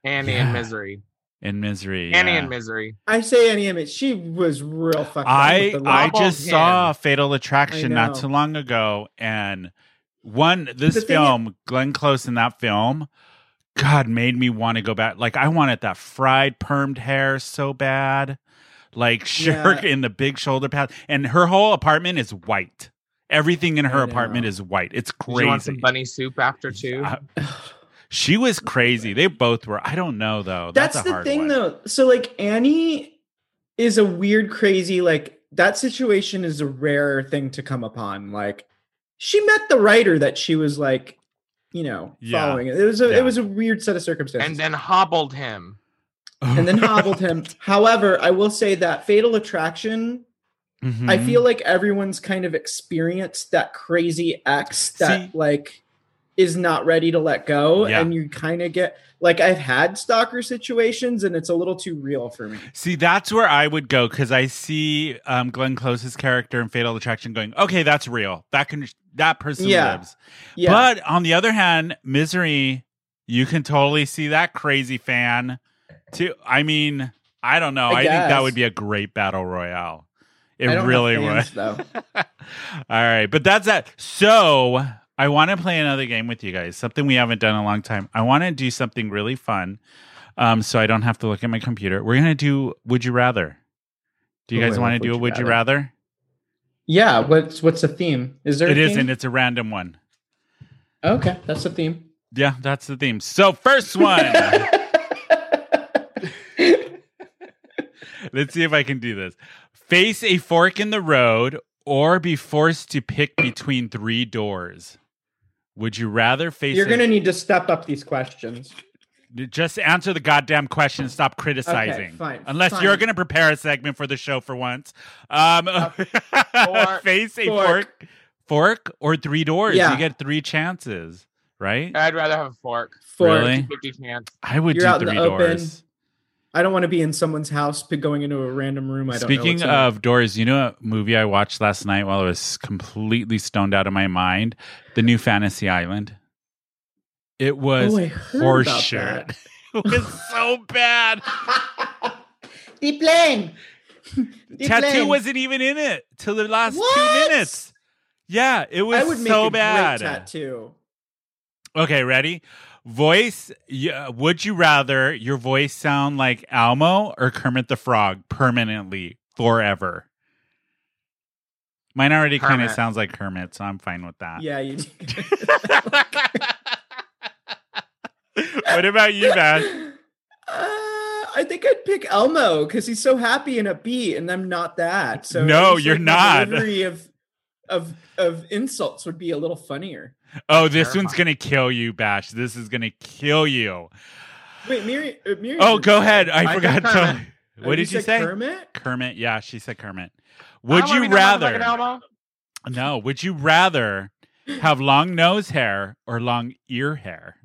[SPEAKER 3] Annie
[SPEAKER 1] Yeah.
[SPEAKER 3] and Misery.
[SPEAKER 1] In Misery.
[SPEAKER 3] Annie
[SPEAKER 1] yeah.
[SPEAKER 3] and Misery.
[SPEAKER 2] I say any image. She was real fucked
[SPEAKER 1] I
[SPEAKER 2] up.
[SPEAKER 1] I
[SPEAKER 3] Bubble
[SPEAKER 1] just
[SPEAKER 3] Pin.
[SPEAKER 1] saw Fatal Attraction
[SPEAKER 2] I
[SPEAKER 1] not
[SPEAKER 2] know.
[SPEAKER 1] too long ago, and one this
[SPEAKER 2] The thing
[SPEAKER 1] film, Glenn Close in that film, God made me want to go back. Like I wanted that fried permed hair so bad, like shirt
[SPEAKER 2] Yeah.
[SPEAKER 1] in the big shoulder pad, and her whole apartment is white. Everything in her
[SPEAKER 2] I
[SPEAKER 1] apartment
[SPEAKER 2] know.
[SPEAKER 1] is white. It's
[SPEAKER 3] Did
[SPEAKER 1] crazy.
[SPEAKER 3] you want some bunny soup after two?
[SPEAKER 1] I- she was crazy. They both were. I don't know though. That's,
[SPEAKER 2] That's,
[SPEAKER 1] a
[SPEAKER 2] the
[SPEAKER 1] hard
[SPEAKER 2] thing,
[SPEAKER 1] one.
[SPEAKER 2] though. So like Annie is a weird, crazy like that situation is a rare thing to come upon. Like she met the writer that she was like, you know,
[SPEAKER 1] Yeah.
[SPEAKER 2] following. It was a
[SPEAKER 1] Yeah.
[SPEAKER 2] it was a weird set of circumstances.
[SPEAKER 3] and then hobbled him.
[SPEAKER 2] and then hobbled him. However, I will say that Fatal Attraction, I
[SPEAKER 1] Mhm.
[SPEAKER 2] feel like everyone's kind of experienced that crazy ex that
[SPEAKER 1] See-
[SPEAKER 2] like is not ready to let go.
[SPEAKER 1] Yeah.
[SPEAKER 2] And you kind of get like I've had stalker situations and it's a little too real for me.
[SPEAKER 1] See, that's where I would go because I see um, Glenn Close's character in Fatal Attraction going, okay, that's real. That can that person
[SPEAKER 2] Yeah.
[SPEAKER 1] lives.
[SPEAKER 2] Yeah.
[SPEAKER 1] But on the other hand, Misery, you can totally see that crazy fan too. I mean, I don't know. I,
[SPEAKER 2] I
[SPEAKER 1] think that
[SPEAKER 2] guess.
[SPEAKER 1] would be a great battle royale. It
[SPEAKER 2] I don't have
[SPEAKER 1] really
[SPEAKER 2] fans,
[SPEAKER 1] would.
[SPEAKER 2] though.
[SPEAKER 1] All right, but that's that. So I want to play another game with you guys. Something we haven't done in a long time. I want to do something really fun, um, so I don't have to look at my computer. We're gonna do Would You Rather. Do you
[SPEAKER 2] Ooh, I
[SPEAKER 1] guys
[SPEAKER 2] love
[SPEAKER 1] want to do a
[SPEAKER 2] Would
[SPEAKER 1] Would
[SPEAKER 2] You
[SPEAKER 1] You Rather?
[SPEAKER 2] Yeah, what's what's the theme? Is there
[SPEAKER 1] It
[SPEAKER 2] a
[SPEAKER 1] isn't.
[SPEAKER 2] theme?
[SPEAKER 1] It's a random one.
[SPEAKER 2] Okay, that's the theme.
[SPEAKER 1] Yeah, that's the theme. So first one. Let's see if I can do this. Face a fork in the road or be forced to pick between three doors. Would you rather face
[SPEAKER 2] You're
[SPEAKER 1] a-
[SPEAKER 2] gonna need to step up these questions.
[SPEAKER 1] just answer the goddamn question and stop criticizing.
[SPEAKER 2] Okay, fine,
[SPEAKER 1] Unless
[SPEAKER 2] fine.
[SPEAKER 1] you're going to prepare a segment for the show for once. Um,
[SPEAKER 3] fork,
[SPEAKER 1] face a
[SPEAKER 2] Uh, fork.
[SPEAKER 1] fork, fork or three doors.
[SPEAKER 2] Yeah.
[SPEAKER 1] You get three chances, right?
[SPEAKER 3] I'd rather have a fork.
[SPEAKER 2] For
[SPEAKER 1] Really?
[SPEAKER 3] 50 chance.
[SPEAKER 1] I would
[SPEAKER 2] You're
[SPEAKER 1] do
[SPEAKER 2] out in the
[SPEAKER 1] three
[SPEAKER 2] open.
[SPEAKER 1] doors.
[SPEAKER 2] I don't want to be in someone's house, but going into a random room. I don't
[SPEAKER 1] Speaking
[SPEAKER 2] know what's in
[SPEAKER 1] of doors, you know a movie I watched last night while I was completely stoned out of my mind? The new Fantasy Island. It
[SPEAKER 2] it.
[SPEAKER 1] was
[SPEAKER 2] Oh, I heard about
[SPEAKER 1] horseshit. it was so bad.
[SPEAKER 2] that. the plane. The
[SPEAKER 1] Tattoo
[SPEAKER 2] plane.
[SPEAKER 1] wasn't even in it till the last
[SPEAKER 2] What?
[SPEAKER 1] two minutes. Yeah, it was
[SPEAKER 2] I would make
[SPEAKER 1] so
[SPEAKER 2] a
[SPEAKER 1] bad.
[SPEAKER 2] Great tattoo.
[SPEAKER 1] Okay, ready? Voice. Yeah, would you rather your voice sound like Almo or Kermit the Frog permanently forever? Mine already kind of
[SPEAKER 3] Kermit.
[SPEAKER 1] sounds like Kermit, so I'm fine with that.
[SPEAKER 2] Yeah, you.
[SPEAKER 1] what about you, Bash?
[SPEAKER 2] Uh, I think I'd pick Elmo because he's so happy and upbeat, and I'm not that. So
[SPEAKER 1] No,
[SPEAKER 2] at least,
[SPEAKER 1] you're
[SPEAKER 2] like,
[SPEAKER 1] not.
[SPEAKER 2] The delivery of of of insults would be a little funnier.
[SPEAKER 1] Oh, this one's
[SPEAKER 3] Terrifying.
[SPEAKER 1] gonna kill you, Bash. This is gonna kill you.
[SPEAKER 2] Wait, Miri. uh, Miri
[SPEAKER 1] Oh,
[SPEAKER 2] didn't
[SPEAKER 1] go
[SPEAKER 2] say.
[SPEAKER 1] ahead. I,
[SPEAKER 3] I
[SPEAKER 1] forgot.
[SPEAKER 3] said
[SPEAKER 1] To,
[SPEAKER 3] Kermit.
[SPEAKER 2] Oh,
[SPEAKER 1] what did you
[SPEAKER 2] said
[SPEAKER 1] say?
[SPEAKER 2] Kermit.
[SPEAKER 1] Kermit. Yeah, she said Kermit.
[SPEAKER 3] I
[SPEAKER 1] Would
[SPEAKER 3] wanna
[SPEAKER 1] you
[SPEAKER 3] be the motherfucking
[SPEAKER 1] rather?
[SPEAKER 3] Elmo.
[SPEAKER 1] No. Would you rather have long nose hair or long ear hair?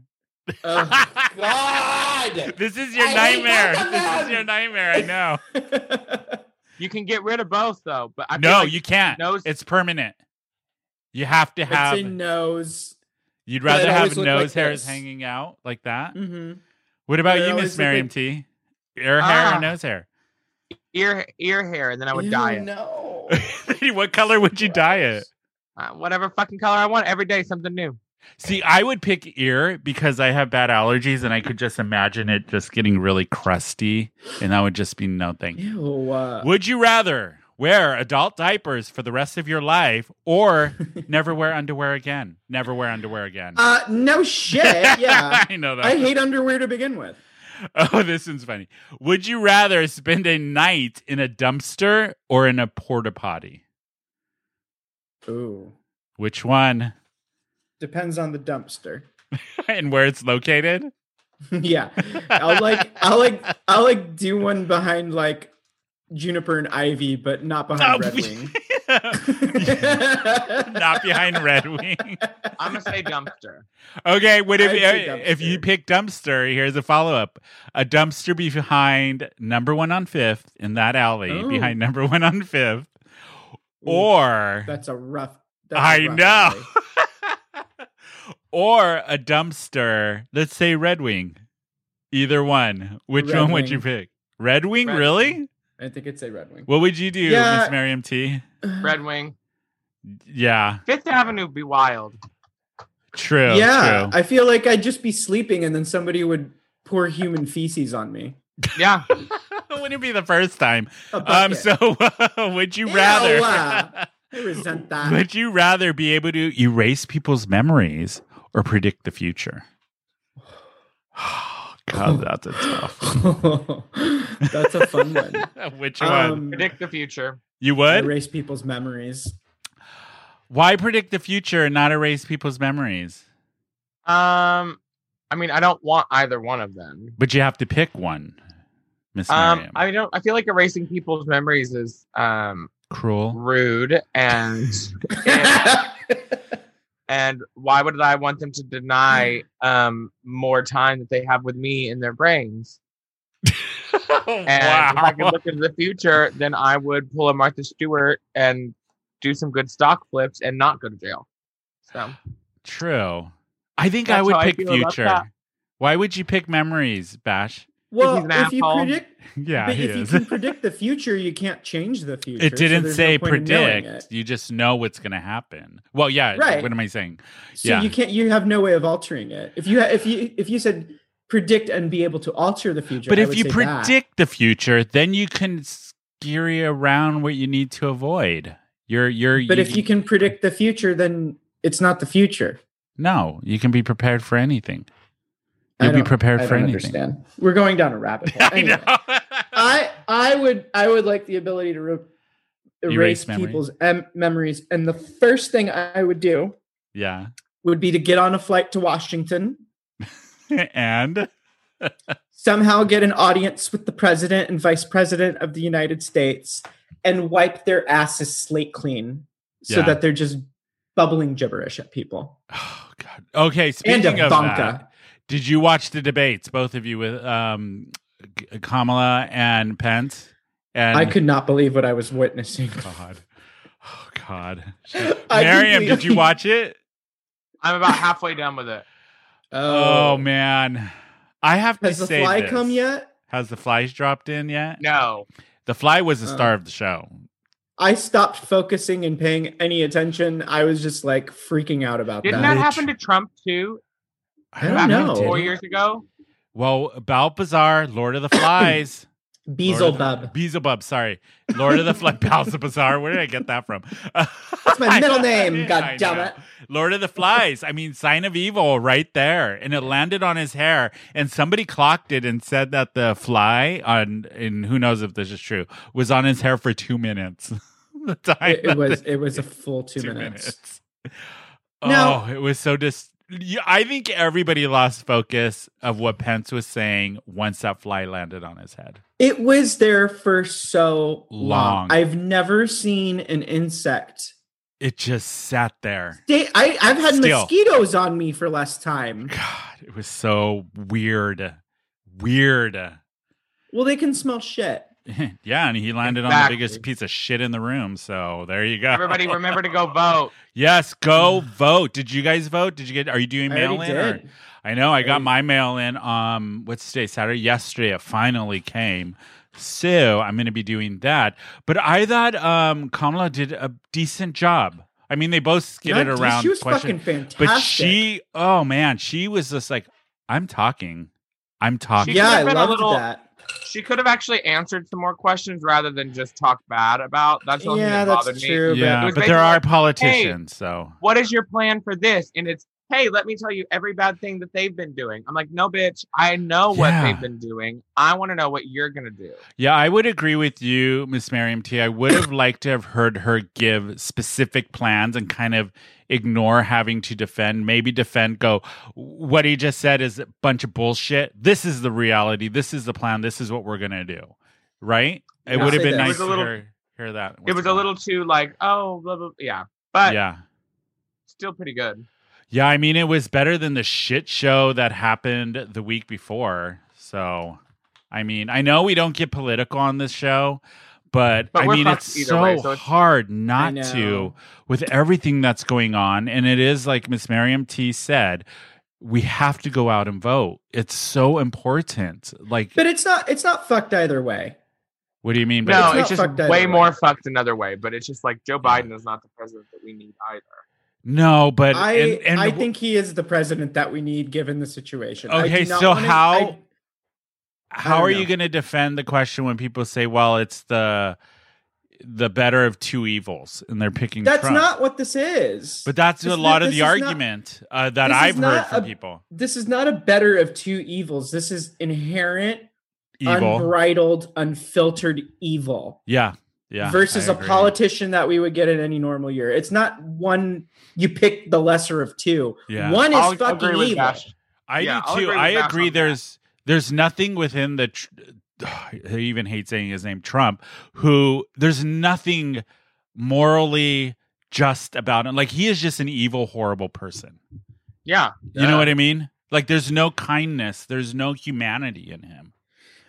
[SPEAKER 2] Oh.
[SPEAKER 4] God!
[SPEAKER 1] this is your
[SPEAKER 4] I hate
[SPEAKER 1] nightmare.
[SPEAKER 4] both of
[SPEAKER 1] This is
[SPEAKER 4] them.
[SPEAKER 1] your nightmare. I know.
[SPEAKER 3] You can get rid of both though, but I feel
[SPEAKER 1] no,
[SPEAKER 3] like
[SPEAKER 1] you can't.
[SPEAKER 3] nose-
[SPEAKER 1] It's permanent. You have to
[SPEAKER 2] I'd
[SPEAKER 1] have.
[SPEAKER 2] say nose.
[SPEAKER 1] You'd
[SPEAKER 2] but it
[SPEAKER 1] rather have
[SPEAKER 2] always looked like
[SPEAKER 1] nose hairs
[SPEAKER 2] this.
[SPEAKER 1] hanging out like that.
[SPEAKER 2] hmm
[SPEAKER 1] What about
[SPEAKER 2] It
[SPEAKER 1] you,
[SPEAKER 2] always
[SPEAKER 1] Miss
[SPEAKER 2] looked
[SPEAKER 1] Miriam
[SPEAKER 2] like-
[SPEAKER 1] T? Ear hair
[SPEAKER 3] Ah.
[SPEAKER 1] or nose hair?
[SPEAKER 3] ear ear hair, and then I would
[SPEAKER 2] Ew,
[SPEAKER 3] dye it.
[SPEAKER 2] No.
[SPEAKER 1] what color would you dye it?
[SPEAKER 3] Uh, whatever fucking color I want every day, something new.
[SPEAKER 1] See, I would pick ear because I have bad allergies and I could just imagine it just getting really crusty and that would just be no thank you.
[SPEAKER 2] Ew. Uh,
[SPEAKER 1] Would you rather wear adult diapers for the rest of your life or never wear underwear again? Never wear underwear again.
[SPEAKER 2] uh, no shit. Yeah.
[SPEAKER 1] I know that.
[SPEAKER 2] I hate underwear to begin with.
[SPEAKER 1] oh, this one's funny. Would you rather spend a night in a dumpster or in a porta potty?
[SPEAKER 2] Ooh.
[SPEAKER 1] Which one?
[SPEAKER 2] Depends on the dumpster.
[SPEAKER 1] and where it's located?
[SPEAKER 2] yeah. I'll like I'll like I'll like do one behind like juniper and ivy, but not behind
[SPEAKER 1] Oh,
[SPEAKER 2] Red Wing.
[SPEAKER 1] Not behind Red Wing.
[SPEAKER 3] I'm gonna say dumpster.
[SPEAKER 1] Okay, what if uh,
[SPEAKER 2] I'd say dumpster.
[SPEAKER 1] if you pick dumpster? Here's a follow up: a dumpster behind number one on Fifth in that alley
[SPEAKER 2] Oh.
[SPEAKER 1] behind number one on Fifth,
[SPEAKER 2] Ooh,
[SPEAKER 1] or
[SPEAKER 2] that's a rough. That's a
[SPEAKER 1] I
[SPEAKER 2] rough
[SPEAKER 1] know.
[SPEAKER 2] alley.
[SPEAKER 1] or a dumpster. Let's say Red Wing. Either one. Which
[SPEAKER 2] Red
[SPEAKER 1] one would you
[SPEAKER 2] Wing.
[SPEAKER 1] pick? Red Wing,
[SPEAKER 3] Red
[SPEAKER 1] really?
[SPEAKER 2] I think it's a Red Wing.
[SPEAKER 1] What would you do,
[SPEAKER 2] Yeah.
[SPEAKER 1] Miss Miriam T?
[SPEAKER 3] Red Wing.
[SPEAKER 1] Yeah,
[SPEAKER 3] Fifth Avenue would be wild.
[SPEAKER 1] true.
[SPEAKER 2] yeah,
[SPEAKER 1] true.
[SPEAKER 2] I feel like I'd just be sleeping, and then somebody would pour human feces on me.
[SPEAKER 3] Yeah.
[SPEAKER 1] Wouldn't it be the first time?
[SPEAKER 2] A
[SPEAKER 1] Um,
[SPEAKER 2] bucket.
[SPEAKER 1] so would you
[SPEAKER 2] Ew,
[SPEAKER 1] rather?
[SPEAKER 2] uh, I resent that.
[SPEAKER 1] Would you rather be able to erase people's memories or predict the future? God, that's a tough.
[SPEAKER 2] that's a fun one.
[SPEAKER 1] one. Which one?
[SPEAKER 2] Um,
[SPEAKER 3] Predict the future.
[SPEAKER 1] You would?
[SPEAKER 2] erase people's memories.
[SPEAKER 1] Why predict the future and not erase people's memories?
[SPEAKER 3] Um, I mean, I don't want either one of them.
[SPEAKER 1] But you have to pick one, Miss
[SPEAKER 3] Um,
[SPEAKER 1] Miriam.
[SPEAKER 3] I don't. I feel like erasing people's memories is um
[SPEAKER 1] Cruel.
[SPEAKER 3] rude and and why would I want them to deny
[SPEAKER 2] Mm.
[SPEAKER 3] um more time that they have with me in their brains? And if I could
[SPEAKER 1] wow.
[SPEAKER 3] look into the future, then I would pull a Martha Stewart and do some good stock flips and not go to jail. So
[SPEAKER 1] True. I think I
[SPEAKER 3] That's
[SPEAKER 1] would
[SPEAKER 3] how I
[SPEAKER 1] pick
[SPEAKER 3] feel about that.
[SPEAKER 1] future. Why would you pick memories, Bash?
[SPEAKER 2] well,
[SPEAKER 3] an
[SPEAKER 2] if you
[SPEAKER 3] asshole.
[SPEAKER 2] predict,
[SPEAKER 1] Yeah,
[SPEAKER 2] but
[SPEAKER 1] he
[SPEAKER 2] if you
[SPEAKER 1] is.
[SPEAKER 2] can predict the future, you can't change the future.
[SPEAKER 1] It
[SPEAKER 2] so
[SPEAKER 1] didn't
[SPEAKER 2] there's no
[SPEAKER 1] say
[SPEAKER 2] point in knowing
[SPEAKER 1] predict.
[SPEAKER 2] it.
[SPEAKER 1] You just know what's going to happen. Well, yeah.
[SPEAKER 2] Right.
[SPEAKER 1] What am I saying?
[SPEAKER 2] So
[SPEAKER 1] Yeah.
[SPEAKER 2] you can't. You have no way of altering it. If you ha- if you if you said predict and be able to alter the future,
[SPEAKER 1] But
[SPEAKER 2] I
[SPEAKER 1] if
[SPEAKER 2] would
[SPEAKER 1] you
[SPEAKER 2] say that.
[SPEAKER 1] predict the future, then you can scurry around what you need to avoid. You're you're.
[SPEAKER 2] But if you can predict the future, then it's not the future.
[SPEAKER 1] no, you can be prepared for anything.
[SPEAKER 2] I
[SPEAKER 1] You'll be
[SPEAKER 2] don't-
[SPEAKER 1] prepared
[SPEAKER 2] I
[SPEAKER 1] for
[SPEAKER 2] don't
[SPEAKER 1] anything.
[SPEAKER 2] understand. We're going down a rabbit hole.
[SPEAKER 1] I
[SPEAKER 2] Anyway,
[SPEAKER 1] know.
[SPEAKER 2] I I would I would like the ability to re-
[SPEAKER 1] Erase
[SPEAKER 2] erase,
[SPEAKER 1] memory.
[SPEAKER 2] people's em- memories, and the first thing I would do
[SPEAKER 1] yeah,
[SPEAKER 2] would be to get on a flight to Washington,
[SPEAKER 1] and
[SPEAKER 2] somehow get an audience with the president and vice president of the United States, and wipe their asses slate clean so
[SPEAKER 1] Yeah.
[SPEAKER 2] that they're just bubbling gibberish at people.
[SPEAKER 1] oh god. Okay,
[SPEAKER 2] And
[SPEAKER 1] speaking of
[SPEAKER 2] Ivanka.
[SPEAKER 1] that, did you watch the debates? Both of you with um, K- Kamala and Pence. And Uh-huh.
[SPEAKER 2] I could not believe what I was witnessing.
[SPEAKER 1] God. Oh God.
[SPEAKER 2] I
[SPEAKER 1] Miriam, did you
[SPEAKER 2] completely-
[SPEAKER 1] watch it?
[SPEAKER 3] I'm about halfway done with it.
[SPEAKER 1] Oh, man. I have to
[SPEAKER 2] Has the
[SPEAKER 1] say
[SPEAKER 2] fly
[SPEAKER 1] this.
[SPEAKER 2] come yet?
[SPEAKER 1] Has the flies dropped in yet?
[SPEAKER 3] No.
[SPEAKER 1] The fly was the
[SPEAKER 2] Uh.
[SPEAKER 1] star of the show.
[SPEAKER 2] I stopped focusing and paying any attention. I was just like freaking out about
[SPEAKER 3] Didn't
[SPEAKER 1] Bitch.
[SPEAKER 3] that
[SPEAKER 2] that.
[SPEAKER 3] happen to Trump too?
[SPEAKER 2] I don't
[SPEAKER 3] back
[SPEAKER 2] know.
[SPEAKER 3] Four
[SPEAKER 2] Did it?
[SPEAKER 3] years ago?
[SPEAKER 1] Well, Balthazar, Lord of the Flies. Lord of
[SPEAKER 2] Beelzebub.
[SPEAKER 1] the- Beelzebub, sorry. Lord of the Flies. Balthazar. Where did I get that from?
[SPEAKER 2] That's my middle name,
[SPEAKER 1] I
[SPEAKER 2] God damn
[SPEAKER 1] know.
[SPEAKER 2] it.
[SPEAKER 1] Lord of the Flies. I mean, sign of evil right there. And it landed on his hair. And somebody clocked it and said that the fly on and who knows if this is true, was on his hair for two minutes. the time
[SPEAKER 2] It, it
[SPEAKER 1] that
[SPEAKER 2] was
[SPEAKER 1] the-
[SPEAKER 2] it was a full two, minutes.
[SPEAKER 1] Oh,
[SPEAKER 2] Now-
[SPEAKER 1] it was so dis Yeah, I think everybody lost focus of what Pence was saying once that fly landed on his head.
[SPEAKER 2] It was there for so long.
[SPEAKER 1] Long.
[SPEAKER 2] I've never seen an insect.
[SPEAKER 1] It just sat there.
[SPEAKER 2] Stay, I, I've had
[SPEAKER 1] Still.
[SPEAKER 2] mosquitoes on me for less time.
[SPEAKER 1] God, it was so weird. Weird.
[SPEAKER 2] Well, they can smell shit.
[SPEAKER 1] yeah, and he landed on the
[SPEAKER 3] Exactly.
[SPEAKER 1] biggest piece of shit in the room. So there you go.
[SPEAKER 3] Everybody remember to go vote.
[SPEAKER 1] Yes, go vote. Did you guys vote? Did you get are you doing
[SPEAKER 2] I
[SPEAKER 1] mail
[SPEAKER 2] already
[SPEAKER 1] in? or-
[SPEAKER 2] did.
[SPEAKER 1] I know I got
[SPEAKER 2] already-
[SPEAKER 1] my mail in um what's today, Saturday? Yesterday it finally came. So I'm gonna be doing that. But I thought um Kamala did a decent job. I mean they both skidded
[SPEAKER 2] Not-
[SPEAKER 1] around
[SPEAKER 2] She was
[SPEAKER 1] questions.
[SPEAKER 2] fucking fantastic.
[SPEAKER 1] But she, oh man, she was just like, I'm talking, I'm talking.
[SPEAKER 3] She
[SPEAKER 2] yeah, I
[SPEAKER 3] could've been a
[SPEAKER 2] loved
[SPEAKER 3] little-
[SPEAKER 2] that.
[SPEAKER 3] She could have actually answered some more questions rather than just talk bad about. That's the only
[SPEAKER 2] Yeah,
[SPEAKER 3] thing that bothered
[SPEAKER 2] that's
[SPEAKER 3] me.
[SPEAKER 2] true.
[SPEAKER 1] yeah,
[SPEAKER 3] It
[SPEAKER 1] but
[SPEAKER 3] was
[SPEAKER 1] there are
[SPEAKER 3] basically,
[SPEAKER 1] politicians, so
[SPEAKER 3] What is your plan for this? And it's, hey, let me tell you every bad thing that they've been doing. I'm like, no, bitch, I know what
[SPEAKER 1] Yeah.
[SPEAKER 3] they've been doing. I want to know what you're going to do.
[SPEAKER 1] yeah, I would agree with you, Miss Miriam T. I would have liked to have heard her give specific plans and kind of ignore having to defend, maybe defend, go, what he just said is a bunch of bullshit. This is the reality. This is the plan. This is what we're gonna do, right? It
[SPEAKER 2] Yeah.
[SPEAKER 1] would have
[SPEAKER 2] Say
[SPEAKER 1] been
[SPEAKER 2] that. It
[SPEAKER 1] nice
[SPEAKER 2] was
[SPEAKER 1] to
[SPEAKER 3] a little-
[SPEAKER 1] hear, hear that.
[SPEAKER 3] it was a little too like, oh, blah, blah, blah. yeah, but
[SPEAKER 1] yeah.
[SPEAKER 3] still pretty good.
[SPEAKER 1] Yeah, I mean, it was better than the shit show that happened the week before. So, I mean, I know we don't get political on this show, but,
[SPEAKER 3] But
[SPEAKER 1] I
[SPEAKER 3] we're
[SPEAKER 1] mean,
[SPEAKER 3] fucked
[SPEAKER 1] it's
[SPEAKER 3] either
[SPEAKER 1] so,
[SPEAKER 3] way, so it's-
[SPEAKER 1] hard
[SPEAKER 2] I
[SPEAKER 1] not
[SPEAKER 2] know.
[SPEAKER 1] to with everything that's going on. And it is like Miss Miriam T said, we have to go out and vote. It's so important. Like,
[SPEAKER 2] But it's not it's not fucked either way.
[SPEAKER 1] what do you mean?
[SPEAKER 3] no,
[SPEAKER 1] it's-
[SPEAKER 2] not
[SPEAKER 3] it's,
[SPEAKER 2] fucked
[SPEAKER 3] just
[SPEAKER 2] either
[SPEAKER 3] way
[SPEAKER 2] way.
[SPEAKER 3] more fucked another way. But it's just like Joe Biden is not the president that we need either.
[SPEAKER 1] no, but
[SPEAKER 2] I
[SPEAKER 1] and, and
[SPEAKER 2] I think he is the president that we need given the situation. I
[SPEAKER 1] Okay,
[SPEAKER 2] do not
[SPEAKER 1] so
[SPEAKER 2] wanna-
[SPEAKER 1] how-
[SPEAKER 2] I-
[SPEAKER 1] how
[SPEAKER 2] don't
[SPEAKER 1] are you
[SPEAKER 2] know.
[SPEAKER 1] going to defend the question when people say, "Well, it's the the better of two evils," and they're picking
[SPEAKER 2] that's
[SPEAKER 1] Trump?
[SPEAKER 2] not what this is.
[SPEAKER 1] But that's
[SPEAKER 2] This
[SPEAKER 1] a
[SPEAKER 2] is
[SPEAKER 1] lot
[SPEAKER 2] not-
[SPEAKER 1] of
[SPEAKER 2] this
[SPEAKER 1] the
[SPEAKER 2] is not-
[SPEAKER 1] argument uh, that
[SPEAKER 2] this is
[SPEAKER 1] I've heard
[SPEAKER 2] not
[SPEAKER 1] from
[SPEAKER 2] a-
[SPEAKER 1] people.
[SPEAKER 2] this is not a better of two evils. This is inherent,
[SPEAKER 1] Evil,
[SPEAKER 2] unbridled, unfiltered evil
[SPEAKER 1] yeah, yeah.
[SPEAKER 2] versus
[SPEAKER 1] I
[SPEAKER 2] a
[SPEAKER 1] agree.
[SPEAKER 2] politician that we would get in any normal year. It's not one you pick the lesser of two.
[SPEAKER 1] Yeah.
[SPEAKER 2] One is
[SPEAKER 3] I'll agree
[SPEAKER 2] fucking
[SPEAKER 3] with
[SPEAKER 2] evil.
[SPEAKER 3] Bash.
[SPEAKER 1] I
[SPEAKER 3] Yeah, I'll
[SPEAKER 1] do too.
[SPEAKER 3] agree with
[SPEAKER 1] I
[SPEAKER 3] Matt on
[SPEAKER 1] agree.
[SPEAKER 3] that.
[SPEAKER 1] There's there's nothing within the. Tr- I even hate saying his name, Trump. Who there's nothing morally just about him. Like he is just an evil, horrible person.
[SPEAKER 3] Yeah,
[SPEAKER 1] You know
[SPEAKER 2] Yeah.
[SPEAKER 1] what I mean? Like there's no kindness. There's no humanity in him.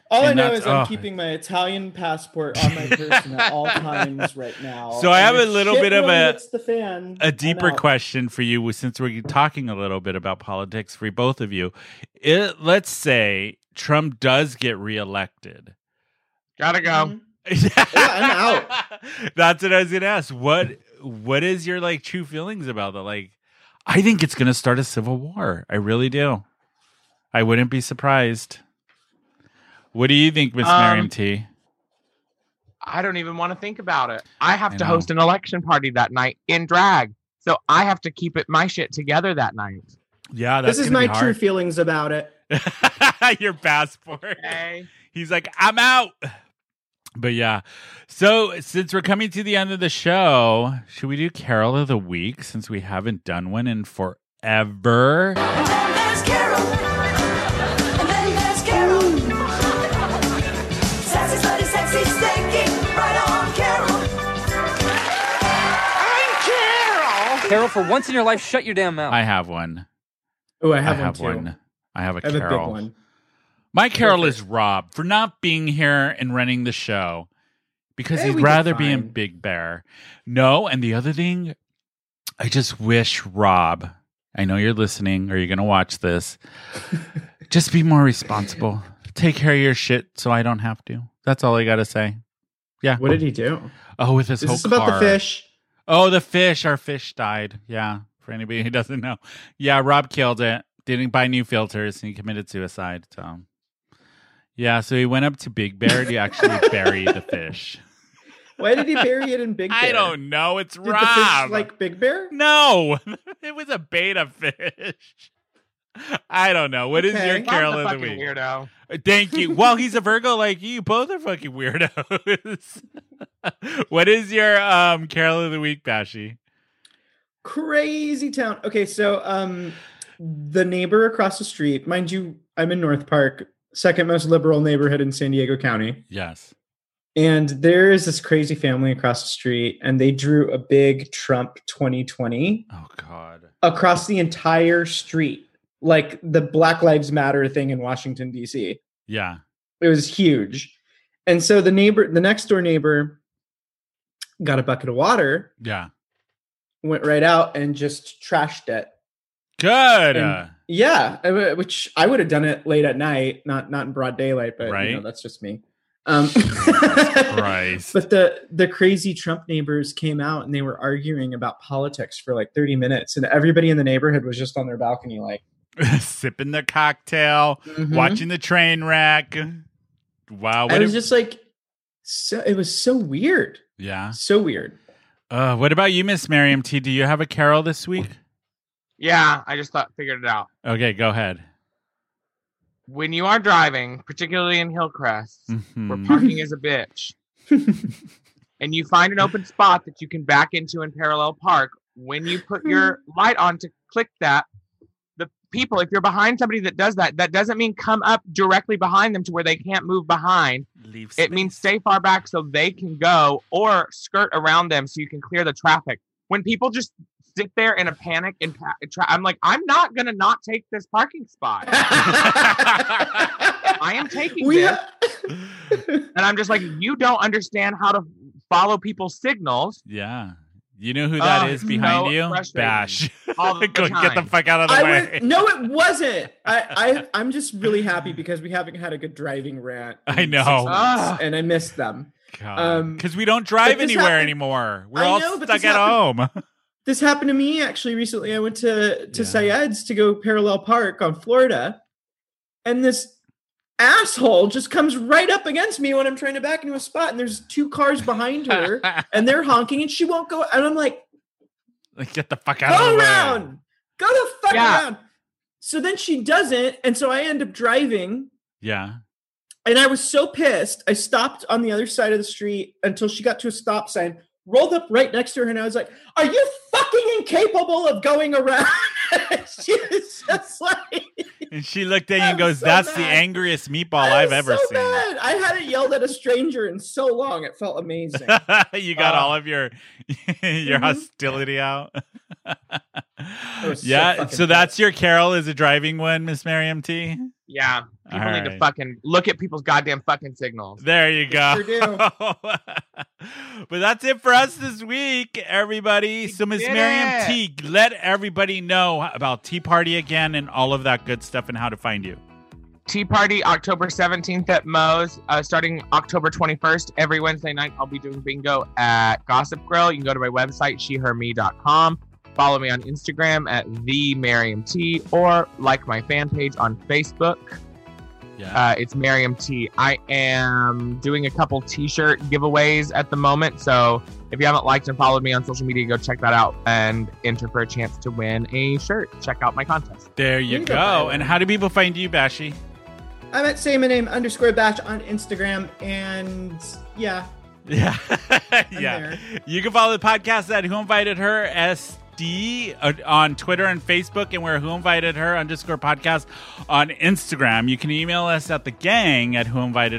[SPEAKER 2] All I
[SPEAKER 1] And
[SPEAKER 2] know
[SPEAKER 1] that's-
[SPEAKER 2] is I'm
[SPEAKER 1] oh.
[SPEAKER 2] keeping my Italian passport on my person at all times right now.
[SPEAKER 1] So I
[SPEAKER 2] And
[SPEAKER 1] have a
[SPEAKER 2] if
[SPEAKER 1] little
[SPEAKER 2] shit
[SPEAKER 1] bit of
[SPEAKER 2] really
[SPEAKER 1] a-
[SPEAKER 2] hits the fan,
[SPEAKER 1] a
[SPEAKER 2] I'm
[SPEAKER 1] deeper
[SPEAKER 2] out.
[SPEAKER 1] question for you since we're talking a little bit about politics for both of you it, let's say trump does get reelected
[SPEAKER 3] gotta go.
[SPEAKER 2] Mhm. I'm
[SPEAKER 1] that's what i was gonna ask what what is your like true feelings about that like i think it's gonna start a civil war i really do i wouldn't be surprised what do you think miss
[SPEAKER 3] Um,
[SPEAKER 1] miriam t
[SPEAKER 3] I don't even want to think about it. I have
[SPEAKER 1] I
[SPEAKER 3] to
[SPEAKER 1] know.
[SPEAKER 3] host an election party that night in drag. So I have to keep it my shit together that night.
[SPEAKER 1] Yeah, that's
[SPEAKER 2] this is
[SPEAKER 1] gonna
[SPEAKER 2] my
[SPEAKER 1] be
[SPEAKER 2] true
[SPEAKER 1] hard.
[SPEAKER 2] feelings about it.
[SPEAKER 1] Your passport.
[SPEAKER 3] Okay.
[SPEAKER 1] He's like, I'm out. But yeah. So since we're coming to the end of the show, should we do Carol of the Week since we haven't done one in forever?
[SPEAKER 5] And there's Carol. And then there's Carol. Sassy, slutty, sexy, stinky. Right on, Carol.
[SPEAKER 6] Carol, for once in your life, shut your damn mouth.
[SPEAKER 1] I have one.
[SPEAKER 2] Oh, I have, one
[SPEAKER 1] one.
[SPEAKER 2] too.
[SPEAKER 1] I have a
[SPEAKER 2] I have
[SPEAKER 1] Carol.
[SPEAKER 2] a big one.
[SPEAKER 1] My Carol is Rob for not being here and running the show because
[SPEAKER 2] Eh, we
[SPEAKER 1] he'd
[SPEAKER 2] did
[SPEAKER 1] rather be in
[SPEAKER 2] fine.
[SPEAKER 1] Big Bear. No, and the other thing, I just wish Rob, I know you're listening or you're going to watch this, just be more responsible. Take care of your shit so I don't have to. That's all I got to say. Yeah.
[SPEAKER 2] What did he do?
[SPEAKER 1] Oh, with this
[SPEAKER 2] Is
[SPEAKER 1] whole
[SPEAKER 2] this about
[SPEAKER 1] car.
[SPEAKER 2] the fish?
[SPEAKER 1] Oh, the fish. Our fish died. Yeah. For anybody who doesn't know. Yeah. Rob killed it. Didn't buy new filters and he committed suicide. So, yeah. So he went up to Big Bear to actually bury the fish.
[SPEAKER 2] Why did he bury it in Big Bear?
[SPEAKER 1] I don't know. It's
[SPEAKER 2] Did the
[SPEAKER 1] Rob.
[SPEAKER 2] fish like Big Bear?
[SPEAKER 1] no, it was a beta fish. I don't know. What is
[SPEAKER 2] Okay.
[SPEAKER 1] your
[SPEAKER 2] Rob's
[SPEAKER 1] Carol
[SPEAKER 3] I'm
[SPEAKER 1] of
[SPEAKER 3] the
[SPEAKER 1] the
[SPEAKER 3] fucking
[SPEAKER 1] week? Uh,
[SPEAKER 3] weirdo.
[SPEAKER 1] Thank you. well, he's a Virgo like you. Both are fucking weirdos. what is your um Carol of the week, Bashi?
[SPEAKER 2] Crazy town. Okay, so um, the neighbor across the street, mind you, I'm in North Park, second most liberal neighborhood in San Diego County.
[SPEAKER 1] Yes.
[SPEAKER 2] And there is this crazy family across the street, and they drew a big Trump 2020
[SPEAKER 1] Oh God.
[SPEAKER 2] across the entire street, like the Black Lives Matter thing in Washington, D.C.
[SPEAKER 1] Yeah.
[SPEAKER 2] it was huge and so the neighbor the next door neighbor got a bucket of water
[SPEAKER 1] Yeah.
[SPEAKER 2] went right out and just trashed it
[SPEAKER 1] Good.
[SPEAKER 2] And-
[SPEAKER 1] Uh,
[SPEAKER 2] yeah I w- which i would have done it late at night not not in broad daylight but you know,
[SPEAKER 1] Right.
[SPEAKER 2] that's just me um
[SPEAKER 1] Uh, Christ.
[SPEAKER 2] but the the crazy trump neighbors came out and they were arguing about politics for like 30 minutes and everybody in the neighborhood was just on their balcony like
[SPEAKER 1] Sipping the cocktail,
[SPEAKER 2] mhm.
[SPEAKER 1] watching the train wreck. Wow. What
[SPEAKER 2] i was
[SPEAKER 1] ab-
[SPEAKER 2] just like so it was so weird
[SPEAKER 1] yeah.
[SPEAKER 2] so weird
[SPEAKER 1] Uh, what about you, Miss Miriam T? Do you have a Carol this week?
[SPEAKER 3] Yeah, I just thought figured it out.
[SPEAKER 1] Okay, go ahead.
[SPEAKER 3] When you are driving, particularly in Hillcrest, where
[SPEAKER 1] Mhm.
[SPEAKER 3] parking is a bitch, and you find an open spot that you can back into in parallel park, when you put your light on to click that, the people, if you're behind somebody that does that, that doesn't mean come up directly behind them to where they can't move behind.
[SPEAKER 1] Leave
[SPEAKER 3] It means stay far back so they can go or skirt around them so you can clear the traffic. When people just sit there in a panic and pa- tra- I'm like, I'm not going to not take this parking spot. I am taking
[SPEAKER 2] we
[SPEAKER 3] this.
[SPEAKER 2] ha-
[SPEAKER 3] and I'm just like, you don't understand how to follow people's signals
[SPEAKER 1] Yeah. You know who that
[SPEAKER 3] Oh,
[SPEAKER 1] is
[SPEAKER 3] it's
[SPEAKER 1] behind
[SPEAKER 3] so
[SPEAKER 1] you?
[SPEAKER 3] frustrating.
[SPEAKER 1] Bash.
[SPEAKER 3] all
[SPEAKER 1] Go
[SPEAKER 3] the
[SPEAKER 1] get the
[SPEAKER 3] time.
[SPEAKER 1] fuck out of the
[SPEAKER 2] I
[SPEAKER 1] way.
[SPEAKER 2] was, no, it wasn't. I, I I'm just really happy because we haven't had a good driving rant. in
[SPEAKER 1] I know.
[SPEAKER 2] six months,
[SPEAKER 3] Ugh.
[SPEAKER 2] and I missed them. um,
[SPEAKER 1] Because we don't drive
[SPEAKER 2] but this
[SPEAKER 1] anywhere
[SPEAKER 2] happened-
[SPEAKER 1] anymore. We're
[SPEAKER 2] I
[SPEAKER 1] all
[SPEAKER 2] know, but
[SPEAKER 1] stuck
[SPEAKER 2] this
[SPEAKER 1] at home.
[SPEAKER 2] This happened to me actually recently. I went to to
[SPEAKER 1] Yeah.
[SPEAKER 2] Syed's to go parallel park on Florida, and this asshole just comes right up against me when I'm trying to back into a spot, and there's two cars behind her, and they're honking, and she won't go. And I'm like,
[SPEAKER 1] Like, get the fuck out of
[SPEAKER 2] go
[SPEAKER 1] the way.
[SPEAKER 2] around, go the fuck
[SPEAKER 3] Yeah.
[SPEAKER 2] around. So then she doesn't, and so I end up driving
[SPEAKER 1] Yeah.
[SPEAKER 2] And I was so pissed. I stopped on the other side of the street until she got to a stop sign, rolled up right next to her, and I was like, Are you fucking incapable of going around? she was just like,
[SPEAKER 1] And she looked at you
[SPEAKER 2] I
[SPEAKER 1] and
[SPEAKER 2] was
[SPEAKER 1] goes,
[SPEAKER 2] so
[SPEAKER 1] "That's the
[SPEAKER 2] mad.
[SPEAKER 1] angriest meatball
[SPEAKER 2] "I
[SPEAKER 1] I've
[SPEAKER 2] was
[SPEAKER 1] ever
[SPEAKER 2] so
[SPEAKER 1] seen."
[SPEAKER 2] mad. I hadn't yelled at a stranger in so long. It felt amazing.
[SPEAKER 1] you got
[SPEAKER 2] Oh.
[SPEAKER 1] all of your your
[SPEAKER 2] Mhm.
[SPEAKER 1] hostility out.
[SPEAKER 2] was so
[SPEAKER 1] yeah, so,
[SPEAKER 2] fucking
[SPEAKER 1] that's your Carol is a driving one, Miss Miriam T.
[SPEAKER 3] Yeah, people
[SPEAKER 1] All
[SPEAKER 3] need to
[SPEAKER 1] right.
[SPEAKER 3] fucking look at people's goddamn fucking signals.
[SPEAKER 1] There you go.
[SPEAKER 2] Sure do.
[SPEAKER 1] but that's it for us this week, everybody. so Miss
[SPEAKER 3] did
[SPEAKER 1] Miriam
[SPEAKER 3] it.
[SPEAKER 1] T, let everybody know about Tea Party again and all of that good stuff and how to find you.
[SPEAKER 3] Tea Party October 17th at Moe's. Uh, starting October 21st, every Wednesday night, I'll be doing bingo at Gossip Grill. You can go to my website, sheherme.com. Follow me on Instagram at the Miriam T or like my fan page on Facebook.
[SPEAKER 1] Yeah.
[SPEAKER 3] Uh, it's Miriam T. I am doing a couple T-shirt giveaways at the moment, so if you haven't liked and followed me on social media, go check that out and enter for a chance to win a shirt. Check out my contest.
[SPEAKER 1] There you
[SPEAKER 2] Neither
[SPEAKER 1] go.
[SPEAKER 2] by
[SPEAKER 1] And how do people find you, Bashy?
[SPEAKER 2] I'm at same name underscore batch on Instagram, and yeah,
[SPEAKER 1] Yeah. yeah.
[SPEAKER 2] there.
[SPEAKER 1] You can follow the podcast at Who Invited Her SD uh, on Twitter and Facebook, and we're Who Invited Her underscore podcast on Instagram. You can email us at the gang at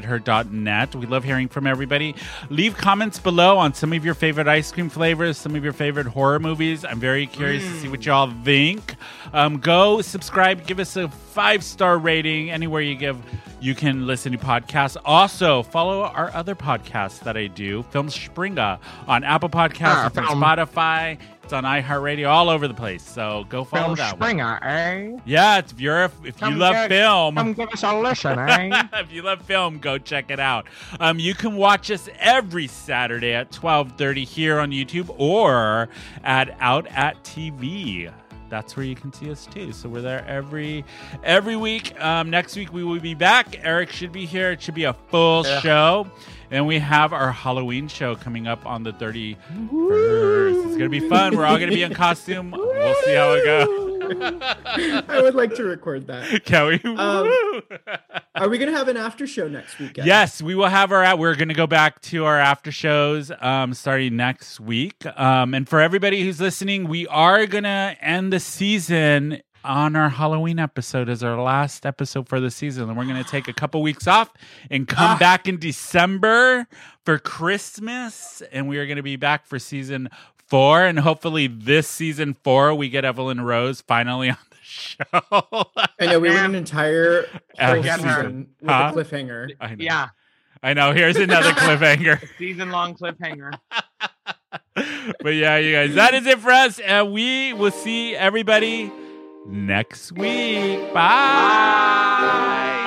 [SPEAKER 1] whoinvitedher.net. We love hearing from everybody. Leave comments below on some of your favorite ice cream flavors, some of your favorite horror movies. I'm very curious to see what y'all think. Um, go subscribe, give us a five star rating anywhere you give. You can listen to podcasts. Also, follow our other podcasts that I do, Film Springa, on Apple Podcasts,
[SPEAKER 3] Ah,
[SPEAKER 1] it's on
[SPEAKER 3] film.
[SPEAKER 1] Spotify, it's on iHeartRadio, all over the place. So go follow
[SPEAKER 3] Film
[SPEAKER 1] that one.
[SPEAKER 3] Springer, eh?
[SPEAKER 1] Yeah, it's, if you're if, if you
[SPEAKER 3] Come
[SPEAKER 1] love
[SPEAKER 3] get-
[SPEAKER 1] film,
[SPEAKER 3] Come give us a listen, eh?
[SPEAKER 1] if you love film, go check it out. Um, you can watch us every Saturday at twelve thirty here on YouTube or at Out at TV. That's where you can see us too. So we're there every every week. Um, next week we will be back. Eric should be here. It should be a full
[SPEAKER 3] Yeah.
[SPEAKER 1] show, and we have our Halloween show coming up on the thirty first. It's gonna be fun. We're all gonna be in costume. We'll see how it goes.
[SPEAKER 2] I would like to record that.
[SPEAKER 1] Can we?
[SPEAKER 2] Um,
[SPEAKER 1] Woo!
[SPEAKER 2] Are we gonna have an after show next weekend?
[SPEAKER 1] Yes, we will have our. We're going to go back to our after shows um, starting next week. Um, and for everybody who's listening, we are going to end the season on our Halloween episode as our last episode for the season. And we're going to take a couple weeks off and come back in December for Christmas. And we are going to be back for season four. And hopefully, this season four, we get Evelyn Rose finally on the show.
[SPEAKER 2] I know we were an entire whole
[SPEAKER 1] Forget
[SPEAKER 3] her.
[SPEAKER 2] season with
[SPEAKER 1] Huh?
[SPEAKER 2] a cliffhanger.
[SPEAKER 1] I know.
[SPEAKER 3] yeah,
[SPEAKER 1] I know. Here's another cliffhanger.
[SPEAKER 3] season long cliffhanger.
[SPEAKER 1] but yeah, you guys, that is it for us, and we will see everybody next week. Bye.